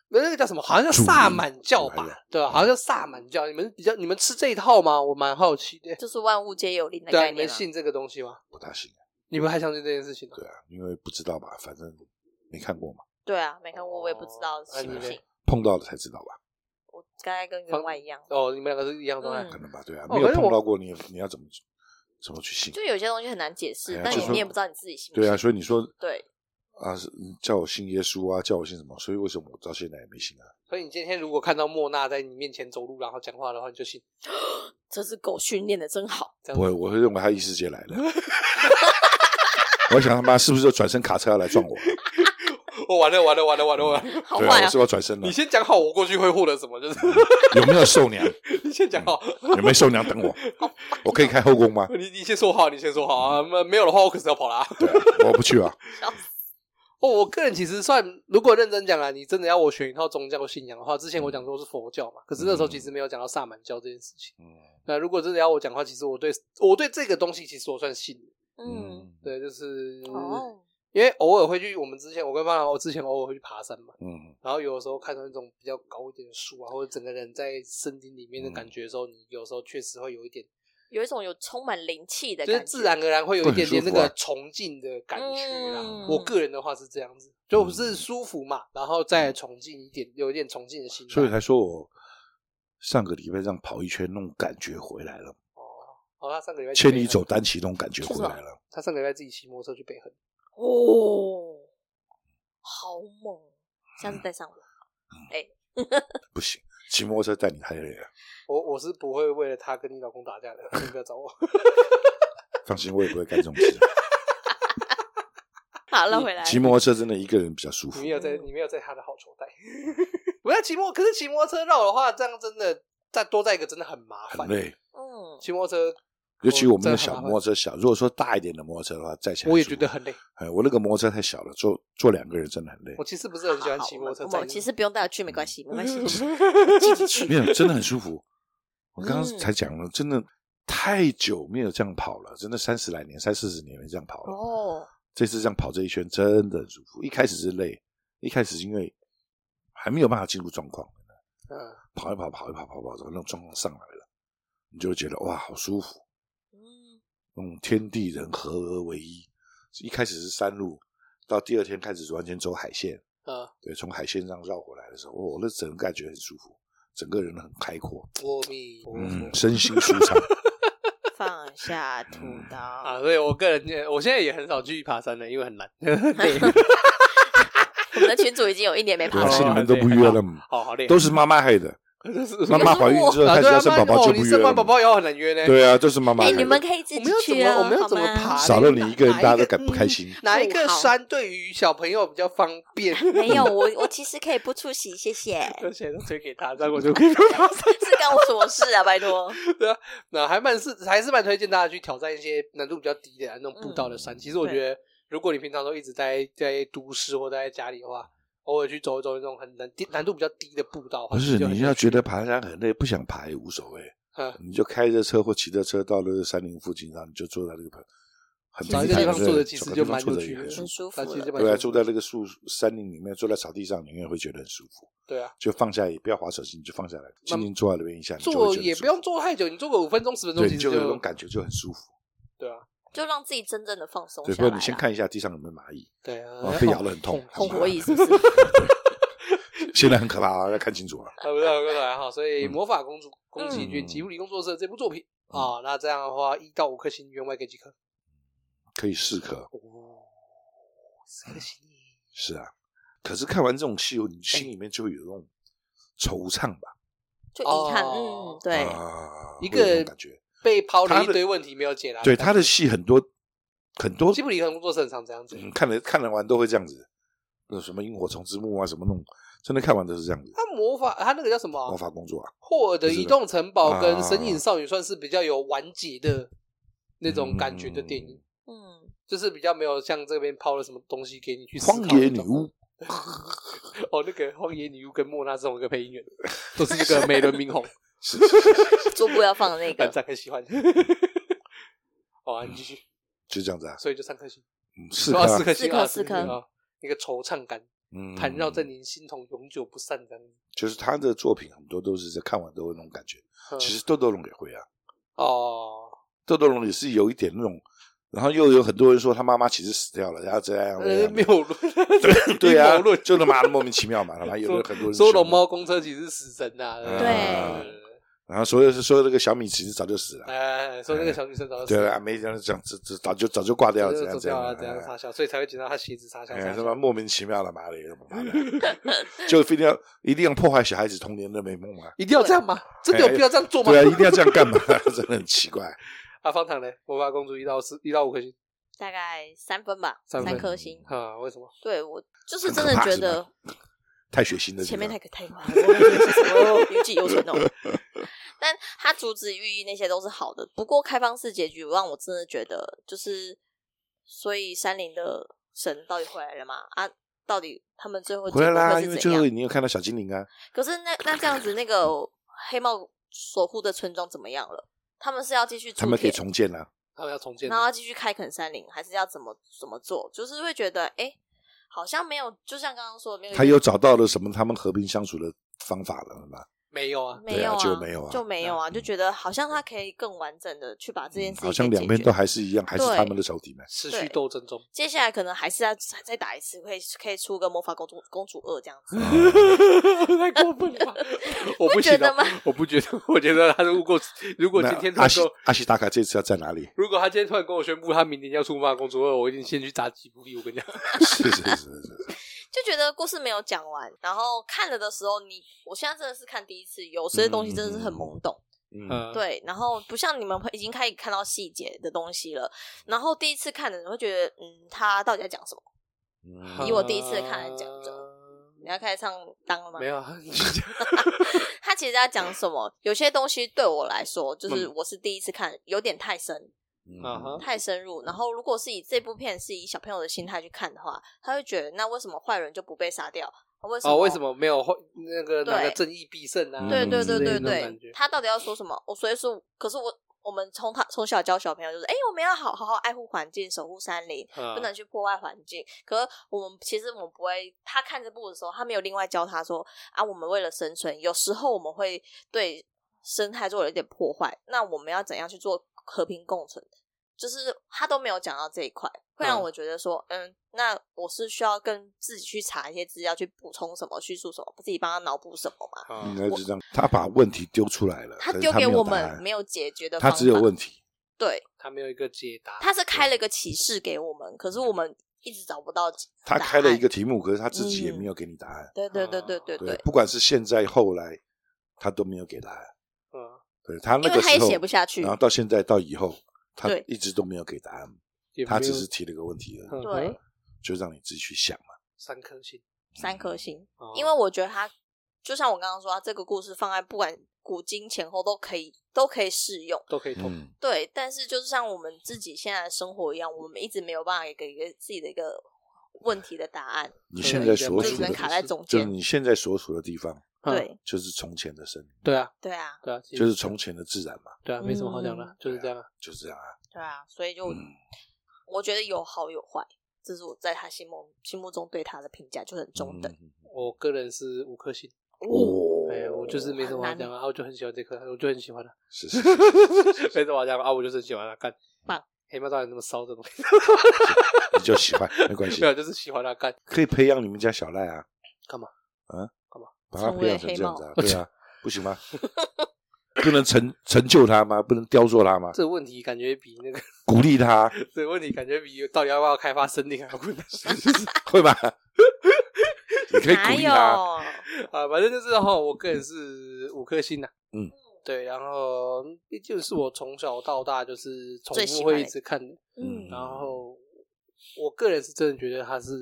那那个叫什么？好像叫
主流
萨满教
哎呀
吧？对吧？啊好像叫萨满教。你们比较，你们吃这一套吗？我蛮好奇的。
就是万物皆有灵的
对啊，
概
你
念
们
啊。
信这个东西吗？
不大行。
你们还相信这件事情吗？
对啊，因为不知道吧，反正没看过嘛，
对啊，没看过，我也不知道
哦
信不
那你
信
呢。
碰到了才知道吧，
我刚才跟员外一样，
哦，你们两个是一样的状态
嗯
可能吧，对啊，
哦
没有
可是我
碰到过你，你要怎么怎么去信？
就有些东西很难解释
哎呀，
但
就
你
说
你也不知道你自己信不
对
信。
啊，所以你说
对，
啊，是嗯叫我信耶稣啊，叫我信什么？所以为什么我到现在也没信啊？
所以你今天如果看到莫娜在你面前走路，然后讲话的话，你就信。
这只狗训练的真好，
这样
不
子
会，我会认为他异世界来了。我想他妈是不是就转身卡车要来撞我？
哦，完了完了完了完了完了！
好
对
坏
啊，
啊
我是！不是要转身了
你。先讲好，我过去会获得什么？就是
有没有兽娘？
你先讲好。
有没有兽娘等我？
啊
我可以开后宫吗？
你你先说好，你先说好啊！没没有的话，我可是要跑啦、
对啊，我不去啊。
笑死
哦，我个人其实算，如果认真讲啊，你真的要我选一套宗教信仰的话，之前我讲说是佛教嘛，可是那时候其实没有讲到萨满教这件事情。那如果真的要我讲的话，其实我对我对这个东西其实我算信的，
嗯，
对，就是、
哦，
因为偶尔会去，我们之前我跟方老我之前偶尔会去爬山嘛，
嗯，
然后有的时候看到那种比较高一点的树啊，或者整个人在森林里面的感觉的时候，你有时候确实会有一点，
有一种有充满灵气的
就
感
是
觉，
自然而然会有一点点那
会
个
很
崇敬的感觉啦。
嗯
我个人的话是这样子，就是
嗯
舒服嘛，然后再崇敬一点，有一点崇敬的心态。
所以才说我上个礼拜这样跑一圈，那种感觉回来了。
哦，他上个礼拜去
千
北
里
横
走，单骑那种感觉
啊
回来了。
他上个礼拜自己骑摩托车去北横。
哦，好猛！下
嗯
次带上我。
不行，骑摩托车带你啊太累了。
我我是不会为了他跟你老公打架的，你不要找我。
放心，我也不会干这种事。
好了，回来。
骑摩托车真的一个人比较舒服
啊你没。有
嗯
在，你没有在他的好处 带。我要骑摩，可是骑摩托车绕的话，这样真的再多带一个真的很麻
很
烦。
累，
嗯，
骑摩托车
尤其我们的
这
小
很麻烦
摩托车小，如果说大一点的摩托车的话，再想
我也觉得很累。
哎，我那个摩托车太小了，坐坐两个人真的很累
我，其实不是很喜欢骑摩托车载
我
你，
其实不用带我去，没关系，没关系，
嗯没有真的很舒服。我刚
嗯
刚才讲了，真的太久没有这样跑了，真的三十来年、三四十年没这样跑 了。
哦，
这次这样跑这一圈真的很舒服。一开始是累，一开始是因为还没有办法进入状况，
嗯，
跑一跑，跑一跑，跑一跑，然后那种状况上来了，你就会觉得哇，好舒服，
嗯，
那种天地人合而为一。一开始是山路，到第二天开始完全走海线，
啊，
对，从海线上绕回来的时候，哦，那整个感觉很舒服，整个人很开阔，
我咪，我
嗯，身心舒 畅。
放 下
嗯
屠刀，
啊，所以我个人，我现在也很少去爬山了，因 为很懒。对，
我们的群主已经有一年没
对
爬
啊，
好
是
山了，
你
哦
们 都不约了嘛，
好好累，
都 是妈妈害的。妈妈怀孕之后
啊，
开始
对
要
啊，
生宝宝
妈
就
你
不约
生
了
完宝
嘛。
宝也要很难约呢。，
对啊，都是妈妈
哎，
害
你们
的。
可以自
我
己
们要怎
去
么，
啊，
我们要怎么
好吗
爬？
少了你一个人，大家都感不开心。
嗯哪一个山对于小朋友比较方便？
没 有，我我其实可以不出席，谢谢。
这些都推给他，这样我就可以不 爬山。
是干我什么事啊？拜托，
那还蛮是，还是蛮推荐大家去挑战一些难度比较低的那种步道的
嗯
山。其实我觉得，如果你平常都一直待在都市或待在家里的话，偶尔去走一走那种很难低难度比较低的步道，
不是，
就很
你要觉得爬山很累，不想爬也无所谓，
嗯
你就开着车或骑着车到了山林附近，然后你就坐在那个棚很
找一
个地
平
方
坦的
坐着
对
其
找
实
个
就
地方
蛮
坐
有
着
趣
也
的
很舒
很
服。
舒服
那其实
了
就蛮
对啊，
舒服
坐在那个树山林里面，坐在草地上，你永远会觉得很舒服。
对啊，
就放下，也不要划手机，你就放下来，静静坐在那边一下，你就会
坐
觉得
也
舒
不
服
用坐太久，你坐个五分钟十分钟，
对，
其
你
实
就有那种感觉，就很舒服。
对啊，
就让自己真正的放松
对，
下
不
来
然
啦。
你先看一下地上有没有蚂蚁，
对啊
哦，被咬了 很痛
红
红
火蚁是不是？
现在很可怕啊，要看清楚啊。
啊，不是很可爱哈。所以《
嗯
魔法公主》宫崎骏
嗯
吉卜力工作室的这部作品啊，那这样的话，一到五颗星，员外给几颗？
可以适可，
哦，四颗星。
是啊。可是看完这种戏，你
哎
心里面就会有那种惆怅吧？
就遗憾，
哦
嗯，对，
啊，
一
会有那
个
种感觉。
被抛了
他
一
的
堆问题没有解答。
对他的戏很多很多
吉，卜力工作室很常这样子。
嗯看了看了完都会这样子。有什么萤火虫之墓啊，什么弄，真的看完都是这样子。
他魔法，他那个叫什么
魔
啊？
法工作啊，
霍尔的移动城堡跟
啊
神隐少女算是比较有完结的那种感觉的电影，
嗯，
就是比较没有像这边抛了什么东西给你去
《
思考
荒
那种。
野女巫》
哦，那个荒野女巫跟莫娜这种个配 音员都是那个美轮明宏，
是是是
桌布要放 的那
大
个，
家很喜欢。 好啊，你继续，
就这样子啊，
所以就三颗星，
嗯适可
哦，
啊
四颗星，
四颗
啊
四颗
啊，一个惆怅感
嗯
盘绕在您心头，永久不散这样子。
就是他的作品很多都是在看完都会那种感觉。
嗯
其实豆豆龙也会啊，
哦，
豆豆龙也是有一点那种，然后又有很多人说他妈妈其实死掉了，然后这样那
呃，
样
谬 论，
对
阴
啊
谋论，，
就他妈的莫名其妙嘛，他妈有的很多人
说
说
龙猫，公车其实是死神啊
啊
呃哎呐，
对
然后所有是说那个小米其实早就死了，
哎，说那个小女生早就死
对
了
啊，没这样讲，这啊这早就早就挂掉了，
就
怎
是走
样怎
掉
样
了，怎样
哎
傻笑，所以才会觉得他鞋子傻笑，
哎，
傻
他妈
笑。
莫名其妙的，妈的，妈的， 就非定要一定要破坏小孩子童年的美梦嘛？
一定要这样吗？真的有必要这样做吗
对？啊，一定要这样干嘛？ 真的很奇怪。
啊，方糖呢？魔法公主一到四，一到五颗星
大概三分吧，
三分
三颗星。
啊？为什么？
对我就是真的觉得
太血腥的地方，
前面那个太夸张了，余悸 犹存哦。但它主旨寓意那些都是好的，不过开放式结局让我真的觉得就是，所以山林的神到底回来了吗？啊，到底他们最后
回来
结果
啦，
会
因为
是
最
怎样
后你有看到小精灵啊，
可是那那这样子，那个黑帽守护的村庄怎么样了？他们是要继续
他
铸
们可以
铁，
重建啊啦。
他们要重建
然后要继续开垦山林，还是要怎么怎么做？就是会觉得，哎、好像没有，就像刚刚说的，没有
他又找到了什么他们和平相处的方法了嘛？
没有啊？
没有
对啊就没有啊
就没有啊，就觉得好像他可以更完整的去把这件事情、
嗯好像两边都。还是一样，还是他们的仇 敌嘛？
持续斗争中，
接下来可能还是要再再打一次，可以可以出个魔法公主公主二这样
嗯
子。
太过分了吧！ 我不
不
行
觉得
啊
吗，
我不觉得，我觉得他如果如果
那
今天他
阿西
说？
阿西达卡这次要在哪里
如果他今天突然跟我宣布他明年要出《魔法公主二》，我一定先去砸吉卜力。我跟你讲，
是是是是是，
就觉得故事没有讲完，然后看了的时候你，我现在真的是看第一次，有些东西真的是很懵懂，
嗯，
嗯，，
对，然后不像你们已经开始看到细节的东西了，然后第一次看的你会觉得，嗯，他到底在讲什么？
嗯
以我第一次看来讲的你要开始唱当了吗
啊没？有啊，你
他其实在讲什么？有些东西对我来说，
嗯
就是我是第一次看，有点太深、
嗯
啊哈
太深入。然后，如果是以这部片是以小朋友的心态去看的话，他会觉得那为什么坏人就不被杀掉？啊为什么？
哦，为什？么没有后那个
对
哪个正义必胜啊？
对对对
之类的
对
那种感觉
对，他到底要说什么？我所以说，可是我我们从他从小教小朋友就是，哎、我们要好好好爱护环境，守护山林，
啊
嗯
不能去破坏环境。可是我们其实我们不会，他看这部的时候，他没有另外教他说啊，我们为了生存，有时候我们会对生态做了一点破坏，那我们要怎样去做和平共存？就是他都没有讲到这一块，会让
嗯
我觉得说，嗯，那我是需要跟自己去查一些资料，去补充什么，叙述什么，自己帮他脑补什么嘛。
啊
应该是这样。他把问题丢出来了，
他
呃可是
丢
没
给
有
我
答
们
案
没有解决的
他
方
只有
法
问题。
对，
他没有一个解答。
他是开了一个启示给我们，可是我们一直找不到解。
他
答
开了一
案
个题目，可是他自己也
嗯
没有给你答案。
对对对对对
哦对，不管是现在后来，他都没有给答案。
嗯，
对他那
因
个
为他也
时候
写，不下去
然。后到现在到以后，他
对
一直都没有给答案，
也
他
没
只
有
是提了个问题
嗯
而已，
对
哼
就让你自己去想嘛。
三颗星，
三颗星，
哦
因为我觉得他就像我刚刚说，他这个故事放在不管古今前后都可以都可以适用。
都可以通。
嗯，
对，但是就是像我们自己现在的生活一样，我们一直没有办法给一个自己的一个问题的答案，
你现在所
就
对
只
处
能
的，
卡在中
就是
间。
你现在所处的地方，
嗯
对
就是从前的生命，
对啊，
对啊，
对啊，其实
就是从前的自然嘛，
对啊，没什么好讲的
嗯，
就是这样啊。
就是这样啊。
对啊，所以就
嗯
我觉得有好有坏，这是我在他心目心目中对他的评价就很中等。
嗯
我个人是五颗星，
哦，
哎，我就是没什么好讲
哦
啊，啊我就很喜欢这颗，我就很 喜欢它，啊
是是，
没什么好讲啊，我就是很喜欢它，干
棒。
黑猫到底那么骚这种，
你就喜欢，没关 系
没，有，就是喜欢它干。
可以培养你们家小赖啊。
干嘛？
啊？
干嘛？
把他培养成这样子啊？
成为黑
对啊，不行吗？不能成成就他吗？不能雕塑他吗？
这个问题感觉比那个，
鼓励他
这个问题感觉比到底要不要开发森林还要困难
会吗？你可以
哪
鼓励
有？
他。
啊。反正就是哈，我个人是五颗星呐。啊
嗯，
对，然后毕竟是我从小到大就是重
最喜
复
欢
会一
的
直看的，
嗯
然后我个人是真的觉得他是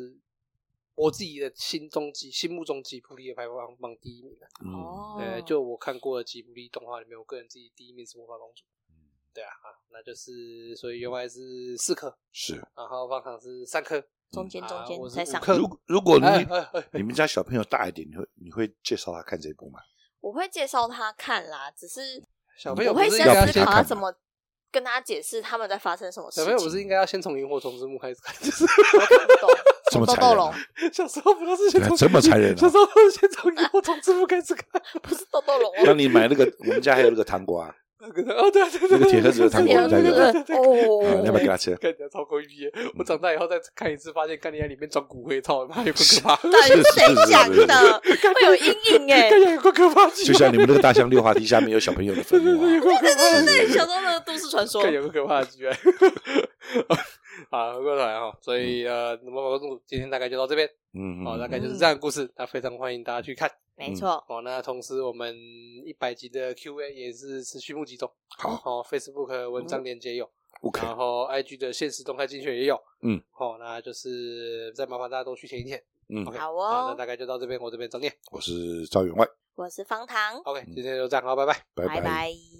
我自己的心中吉心目中吉卜力的排行榜第一名啊。
嗯，
哦，
呃，就我看过的吉卜力动画里面，我个人自己第一名是魔法公主。对啊，啊，那就是所以原来是四颗，
是。
然后方糖是三颗，
中间中
啊
间
我是
才
五
上，
颗
如如果
哎
你
哎哎
你们家小朋友大一点，你会你会介绍他看这部吗？
我会介绍他看啦，只是
小朋友
我
不
会
是
先
应该要
思
先
考他
看吗
怎么跟他解释他们在发生什么事
小
情。
朋友不是应该要先从萤火虫之墓开始看，就是
看不懂，
这么
豆
残
豆
忍
龙
啊？
小时候不都是先从
这么残忍啊
小时候都是先从萤火虫之墓开始看，
不是豆豆龙，
让你买那个，我们家还有那个糖瓜，啊，
哦对啊对啊对啊对
那
啊，
个铁盒子的糖
铁
果
盒
我家
子
有
的
啊，
哦，
你要不要给他吃？
看起来超诡异耶！
嗯
我长大以后再看一次，发现干你在里面装骨灰，操 他妈有个可怕，
到底是谁
是是是
讲
是
的？会有阴 影哎
干。起来有个可怕，
就像你们那个大象溜滑梯下面有小朋友的坟 墓啊，
有个可怕，
对，小时候那个都市传说
干，有个可怕的居然。 好，回过头来哈，所以呃，那么我今天大概就到这边
嗯，嗯
哦，大概就是这样的故事，那非常欢迎大家去看
没错，
哦。那同时我们一百集的 Q&A 也是持续募集中，
好
哦，Facebook 文章链接有，
，OK，
然后 IG 的现实动态精选也有，
嗯，
好，那就是再麻烦大家多去填一填。
嗯
OK，
好
好，那
哦
大，概就到这边，我这边整理。
我是赵员外，
我是方糖，
嗯
OK，今天就这样，好，拜拜。
拜
拜拜。